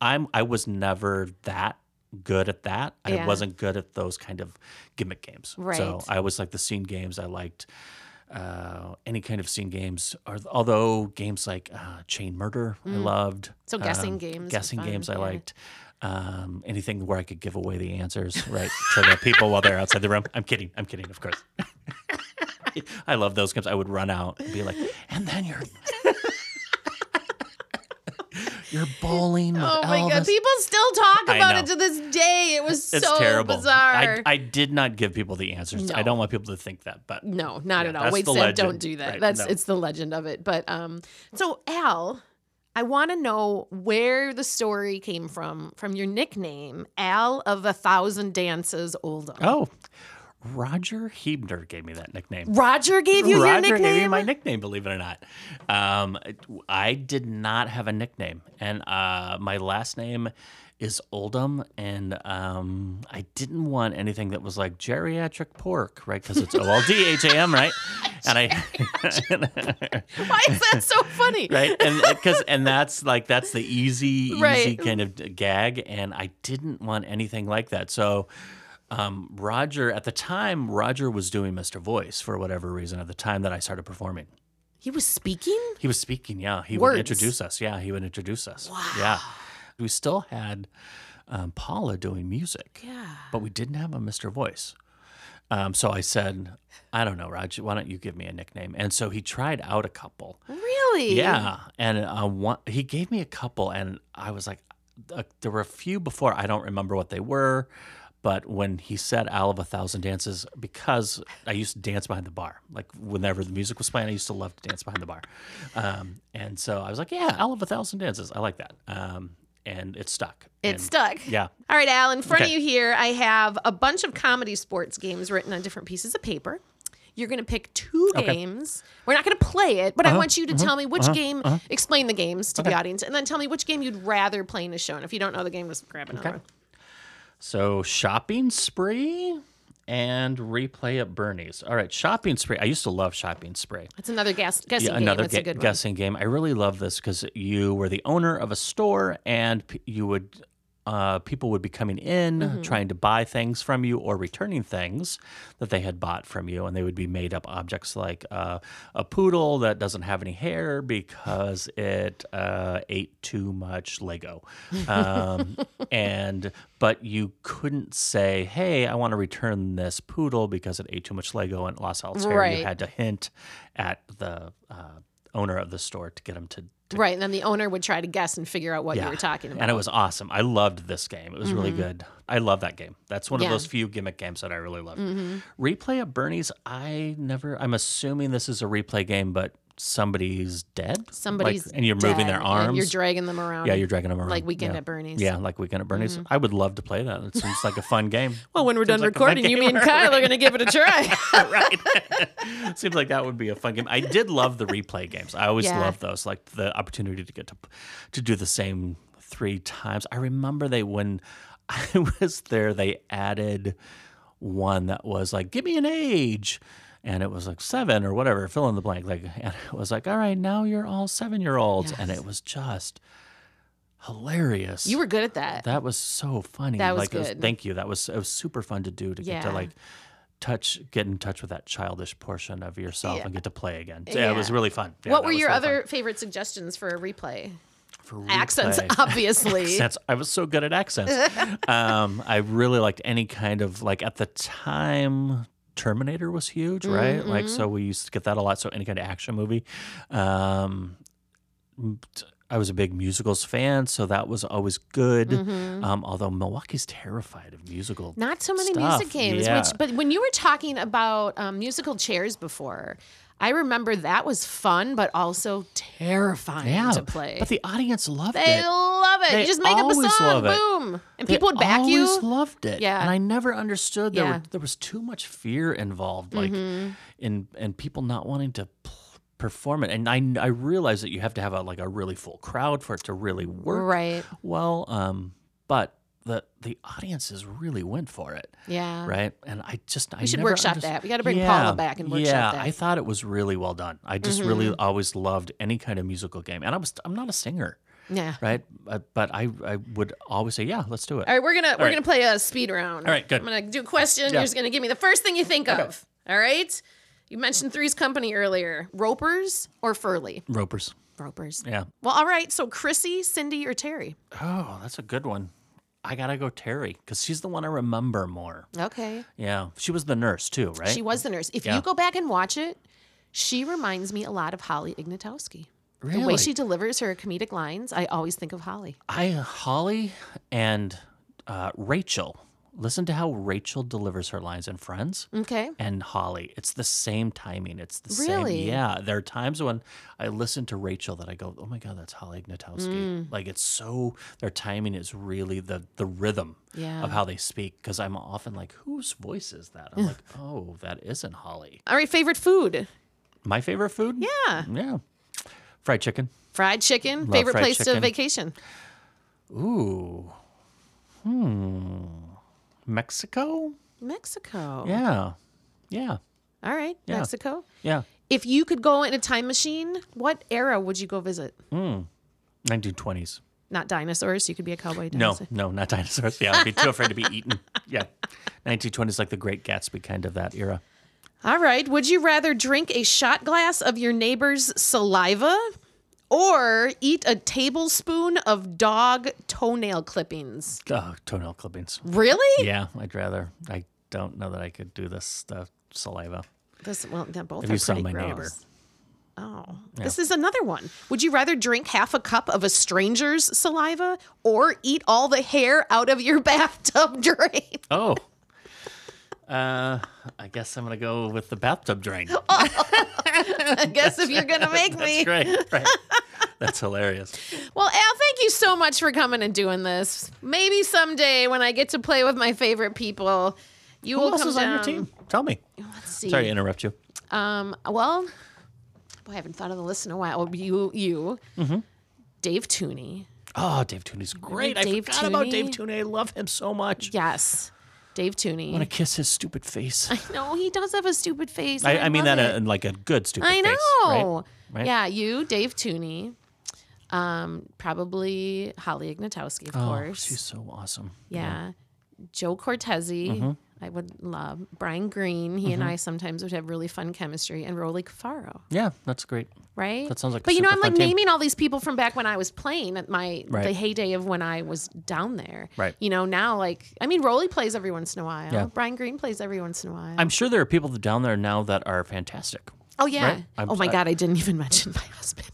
Speaker 3: I'm. I was never that good at that.
Speaker 2: Yeah.
Speaker 3: I wasn't good at those kind of gimmick games.
Speaker 2: Right.
Speaker 3: So I was like the scene games. I liked uh, any kind of scene games. Or, although games like uh, Chain Murder, I loved.
Speaker 2: Mm.
Speaker 3: um,
Speaker 2: So guessing games are
Speaker 3: Guessing
Speaker 2: fun,
Speaker 3: games, I
Speaker 2: yeah.
Speaker 3: liked. Um, anything where I could give away the answers right to the people while they're outside the room. I'm kidding. I'm kidding, of course. I love those games. I would run out and be like, and then you're. You're bowling with
Speaker 2: Oh my
Speaker 3: Elvis.
Speaker 2: god, people still talk
Speaker 3: I
Speaker 2: about
Speaker 3: know.
Speaker 2: it to this day. It was
Speaker 3: it's
Speaker 2: so
Speaker 3: terrible.
Speaker 2: bizarre.
Speaker 3: I, I did not give people the answers. I
Speaker 2: No.
Speaker 3: don't want people to think that, but
Speaker 2: no, not
Speaker 3: Yeah,
Speaker 2: at all.
Speaker 3: that's
Speaker 2: Wait,
Speaker 3: the
Speaker 2: Sam, don't
Speaker 3: legend.
Speaker 2: do that.
Speaker 3: Right,
Speaker 2: that's
Speaker 3: no.
Speaker 2: it's the legend of it. But um, so Al, I want to know where the story came from from your nickname, Al of a Thousand Dances Oldham.
Speaker 3: oh, Roger Hebner gave me that nickname.
Speaker 2: Roger gave you your
Speaker 3: Roger
Speaker 2: nickname.
Speaker 3: gave me my nickname, believe it or not. Um, I did not have a nickname, and uh, my last name is Oldham, and um, I didn't want anything that was like geriatric pork, right? Because it's O L D H A M, right? And I,
Speaker 2: Why is that so funny?
Speaker 3: right, and because and that's like that's the easy, easy
Speaker 2: Right.
Speaker 3: kind of gag, and I didn't want anything like that, so. Um, Roger, at the time, Roger was doing Mr. Voice for whatever reason at the time that I started performing.
Speaker 2: He was speaking.
Speaker 3: He was speaking, yeah. He
Speaker 2: Words.
Speaker 3: would introduce us. Yeah, he would introduce us. Yeah. We still had um, Paula doing music,
Speaker 2: Yeah.
Speaker 3: but we didn't have a Mr. Voice. Um, so I said, I don't know, Raj, why don't you give me a nickname? And so he tried out a couple.
Speaker 2: Really?
Speaker 3: Yeah. And uh, one, he gave me a couple, and I was like, uh, there were a few before. I don't remember what they were. But when he said Owl of a Thousand Dances, because I used to dance behind the bar. Like whenever the music was playing, I used to love to dance behind the bar. Um, and so I was like, yeah, Owl of a Thousand Dances. I like that. Um, and it stuck.
Speaker 2: It
Speaker 3: And-
Speaker 2: stuck.
Speaker 3: Yeah.
Speaker 2: All right, Al, in front
Speaker 3: Okay.
Speaker 2: of you here, I have a bunch of comedy sports games written on different pieces of paper. You're going to pick two games. We're not going to play it,
Speaker 3: Uh-huh.
Speaker 2: but I want you to tell me which game, explain the games to the audience, and then tell me which game you'd rather play in a show. And if you don't know the game, just grab another one.
Speaker 3: So shopping spree and replay at Bernie's. All right, shopping spree. I used to love shopping spree.
Speaker 2: That's another guess, guessing
Speaker 3: Yeah,
Speaker 2: game.
Speaker 3: another
Speaker 2: That's a
Speaker 3: gu-
Speaker 2: good
Speaker 3: guessing game. I really love this because you were the owner of a store, and p- you would uh, people would be coming in
Speaker 2: Mm-hmm.
Speaker 3: trying to buy things from you or returning things that they had bought from you, and they would be made up objects like uh, a poodle that doesn't have any hair because it uh, ate too much Lego, um, and but you couldn't say, "Hey, I want to return this poodle because it ate too much Lego and it lost all its hair."
Speaker 2: Right.
Speaker 3: You had to hint at the uh, owner of the store to get him to.
Speaker 2: one. Right. And then the owner would try to guess and figure out what you were talking about.
Speaker 3: And it was awesome. I loved this game. It was really good. I love that game. That's one
Speaker 2: Mm-hmm. Yeah. Mm-hmm.
Speaker 3: of those few gimmick games that I really love. Replay at Bernie's. I never. I'm assuming this is a replay game, but somebody's dead. Like,
Speaker 2: Somebody's.
Speaker 3: and you're moving their
Speaker 2: dead, and
Speaker 3: arms.
Speaker 2: You're dragging them around.
Speaker 3: yeah, you're dragging them around.
Speaker 2: Like Weekend
Speaker 3: yeah.
Speaker 2: at Bernie's. Mm-hmm.
Speaker 3: Yeah, like Weekend at Bernie's. I would love to play that. It seems like a fun game.
Speaker 2: Well, when we're done
Speaker 3: Seems like a fun
Speaker 2: recording, you,
Speaker 3: game.
Speaker 2: me, and Kyle are going to give it a try.
Speaker 3: right. Seems like that would be a fun game. I did love the replay games. I always
Speaker 2: Yeah.
Speaker 3: loved those, like the opportunity to get to to do the same three times. I remember they when I was there, they added one that was like, "Give me an age." And it was like seven or whatever, fill in the blank. Like, and it was like, all right, now you're all seven year olds, and
Speaker 2: Yes.
Speaker 3: it was just hilarious.
Speaker 2: you were good at that.
Speaker 3: That was so funny.
Speaker 2: That was
Speaker 3: like, It
Speaker 2: good.
Speaker 3: was, thank you. That was it was super fun to do to get
Speaker 2: Yeah.
Speaker 3: to like touch, get in touch with that childish portion of yourself and get to play again. Yeah, it was
Speaker 2: Uh, Yeah.
Speaker 3: really fun. Yeah,
Speaker 2: what
Speaker 3: that
Speaker 2: were
Speaker 3: was
Speaker 2: your
Speaker 3: really
Speaker 2: other favorite suggestions for a replay?
Speaker 3: fun. For
Speaker 2: Accents,
Speaker 3: replay.
Speaker 2: obviously.
Speaker 3: accents. I was so good at accents. um, I really liked any kind of like at the time. Terminator was huge, right? Like,
Speaker 2: Mm-hmm.
Speaker 3: so we used to get that a lot. So any kind of action movie. Um, t- I was a big musicals fan, so that was always good. Um, although Milwaukee's terrified of musical.
Speaker 2: Mm-hmm. Not so many
Speaker 3: stuff,
Speaker 2: music games.
Speaker 3: yeah.
Speaker 2: Which, but when you were talking about um, musical chairs before, I remember that was fun, but also terrifying
Speaker 3: yeah,
Speaker 2: to play.
Speaker 3: but the audience loved
Speaker 2: they
Speaker 3: it.
Speaker 2: love it. you
Speaker 3: they
Speaker 2: just make up a
Speaker 3: always
Speaker 2: song,
Speaker 3: love it.
Speaker 2: boom, and
Speaker 3: They
Speaker 2: people would back
Speaker 3: always
Speaker 2: you.
Speaker 3: loved it.
Speaker 2: Yeah.
Speaker 3: and I never understood there
Speaker 2: Yeah.
Speaker 3: were, there was too much fear involved, like
Speaker 2: Mm-hmm.
Speaker 3: in and people not wanting to p- perform it. And I I realized that you have to have a like a really full crowd for it to really work
Speaker 2: Right?
Speaker 3: well. Um, but the the audiences really went for it.
Speaker 2: Yeah.
Speaker 3: right? And I just I
Speaker 2: Uh-huh. We should
Speaker 3: never
Speaker 2: workshop
Speaker 3: underst-
Speaker 2: that. We gotta bring Paula back and workshop
Speaker 3: yeah,
Speaker 2: that. Mm-hmm.
Speaker 3: I thought it was really well done. I just really always loved any kind of musical game, and I was I'm not a singer,
Speaker 2: Yeah.
Speaker 3: right? Uh, But I I would always say yeah, let's do it.
Speaker 2: All right, we're gonna we're
Speaker 3: right.
Speaker 2: gonna play a speed round.
Speaker 3: All right, good.
Speaker 2: I'm gonna do a question.
Speaker 3: Yeah.
Speaker 2: You're just gonna give me the first thing you think of. All right. You mentioned Three's Company earlier. Ropers or Furley?
Speaker 3: Ropers,
Speaker 2: Ropers.
Speaker 3: yeah.
Speaker 2: Well, all right. So Chrissy, Cindy, or Terry?
Speaker 3: Oh, that's a good one. I gotta go Terry because she's the one I remember more.
Speaker 2: Okay.
Speaker 3: Yeah, she was the nurse too, right?
Speaker 2: She was the nurse. If
Speaker 3: Yeah.
Speaker 2: you go back and watch it, she reminds me a lot of Holly Ignatowski.
Speaker 3: Really?
Speaker 2: The way she delivers her comedic lines, I always think of Holly.
Speaker 3: I Holly and uh, Rachel. Listen to how Rachel delivers her lines in Friends
Speaker 2: Okay.
Speaker 3: and Holly. It's the same timing. It's the
Speaker 2: Really?
Speaker 3: same. Yeah, there are times when I listen to Rachel that I go, "Oh my god, that's Holly
Speaker 2: Mm.
Speaker 3: Gnatowski." Like it's so their timing is really the the rhythm
Speaker 2: Yeah.
Speaker 3: of how they speak. Because I'm often like, "Whose voice is that?" I'm like, "Oh, that isn't Holly."
Speaker 2: All right, favorite food?
Speaker 3: My favorite food?
Speaker 2: Yeah.
Speaker 3: yeah, fried chicken.
Speaker 2: Fried chicken. favorite
Speaker 3: fried
Speaker 2: place to
Speaker 3: chicken.
Speaker 2: vacation?
Speaker 3: Ooh. Hmm. Mexico?
Speaker 2: Mexico.
Speaker 3: Yeah. Yeah.
Speaker 2: All right,
Speaker 3: Yeah.
Speaker 2: Mexico.
Speaker 3: Yeah.
Speaker 2: If you could go in a time machine, what era would you go visit?
Speaker 3: 1920s.
Speaker 2: Not dinosaurs. You could be a cowboy.
Speaker 3: No,
Speaker 2: Dinosaur.
Speaker 3: no, not dinosaurs. Yeah, I'd be too afraid to be eaten. Yeah. 1920s, like the great Gatsby kind of that era.
Speaker 2: All right. Would you rather drink a shot glass of your neighbor's saliva or eat a tablespoon of dog toenail clippings?
Speaker 3: Oh, toenail clippings.
Speaker 2: Really?
Speaker 3: Yeah, I'd rather. I don't know that I could do this stuff. Saliva.
Speaker 2: This, well, they're both
Speaker 3: If
Speaker 2: are
Speaker 3: you saw
Speaker 2: pretty
Speaker 3: my
Speaker 2: gross.
Speaker 3: neighbor.
Speaker 2: Oh, this is another one. Would you rather drink half a cup of a stranger's saliva or eat all the hair out of your bathtub drain?
Speaker 3: Oh. Uh, I guess I'm gonna go with the bathtub drain.
Speaker 2: I guess if you're gonna make me.
Speaker 3: Great, right? That's hilarious.
Speaker 2: Well, Al, thank you so much for coming and doing this. Maybe someday when I get to play with my favorite people, you will
Speaker 3: Who else
Speaker 2: come
Speaker 3: is
Speaker 2: down.
Speaker 3: on your team? Tell me.
Speaker 2: Let's see.
Speaker 3: Sorry to interrupt you.
Speaker 2: Um, well, boy, I haven't thought of the list in a while. Oh, You, you,
Speaker 3: Mm-hmm.
Speaker 2: Dave Tooney.
Speaker 3: Oh, Dave Tooney's great.
Speaker 2: Dave
Speaker 3: I forgot about Dave
Speaker 2: Tooney?
Speaker 3: Tooney. I love him so much.
Speaker 2: Yes, Dave
Speaker 3: I
Speaker 2: Tooney.
Speaker 3: want to kiss his stupid face.
Speaker 2: No, he does have a stupid face.
Speaker 3: I,
Speaker 2: and
Speaker 3: I mean
Speaker 2: love
Speaker 3: that
Speaker 2: it.
Speaker 3: in like a good stupid
Speaker 2: I
Speaker 3: face.
Speaker 2: know.
Speaker 3: Right? Right?
Speaker 2: Yeah, you, Dave Tooney. Um, probably Holly Ignatowski, of
Speaker 3: Oh,
Speaker 2: course.
Speaker 3: she's so awesome.
Speaker 2: Yeah. Joe Cortese,
Speaker 3: Mm-hmm.
Speaker 2: I would love. Brian Green, he and I sometimes would have really fun chemistry, and Rolly Cafaro,
Speaker 3: Yeah, that's great.
Speaker 2: right?
Speaker 3: That sounds like a
Speaker 2: But you know,
Speaker 3: super
Speaker 2: I'm like
Speaker 3: fun team.
Speaker 2: naming all these people from back when I was playing at my the
Speaker 3: Right.
Speaker 2: heyday of when I was down there.
Speaker 3: Right.
Speaker 2: You know, now like I mean Rolly plays every once in a while.
Speaker 3: Yeah.
Speaker 2: Brian Green plays every once in a while.
Speaker 3: I'm sure there are people down there now that are fantastic.
Speaker 2: oh yeah.
Speaker 3: right? I'm-
Speaker 2: oh my
Speaker 3: I-
Speaker 2: god, I didn't even mention my husband.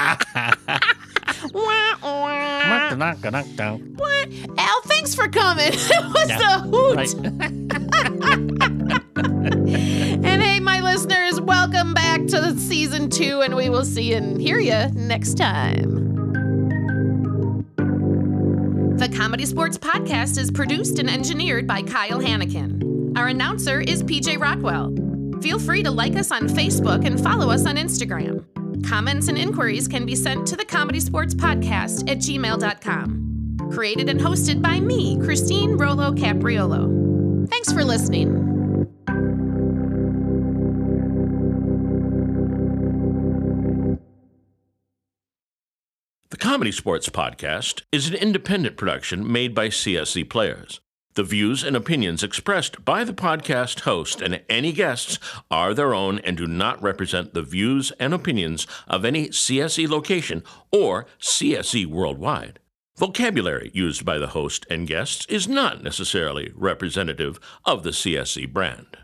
Speaker 2: Wah, wah.
Speaker 3: Right.
Speaker 2: Al, thanks for coming. It was a hoot. And hey, my listeners, welcome back to season two, and we will see and hear you next time. The Comedy Sports Podcast is produced and engineered by Kyle Hannikin. Our announcer is PJ Rockwell. Feel free to like us on Facebook and follow us on Instagram. Comments and inquiries can be sent to the Comedy Sports Podcast at gmail.com. Created and hosted by me, Christine Rolo Capriolo. Thanks for listening.
Speaker 1: The Comedy Sports Podcast is an independent production made by CSC Players. The views and opinions expressed by the podcast host and any guests are their own and do not represent the views and opinions of any CSE location or CSE worldwide. Vocabulary used by the host and guests is not necessarily representative of the CSE brand.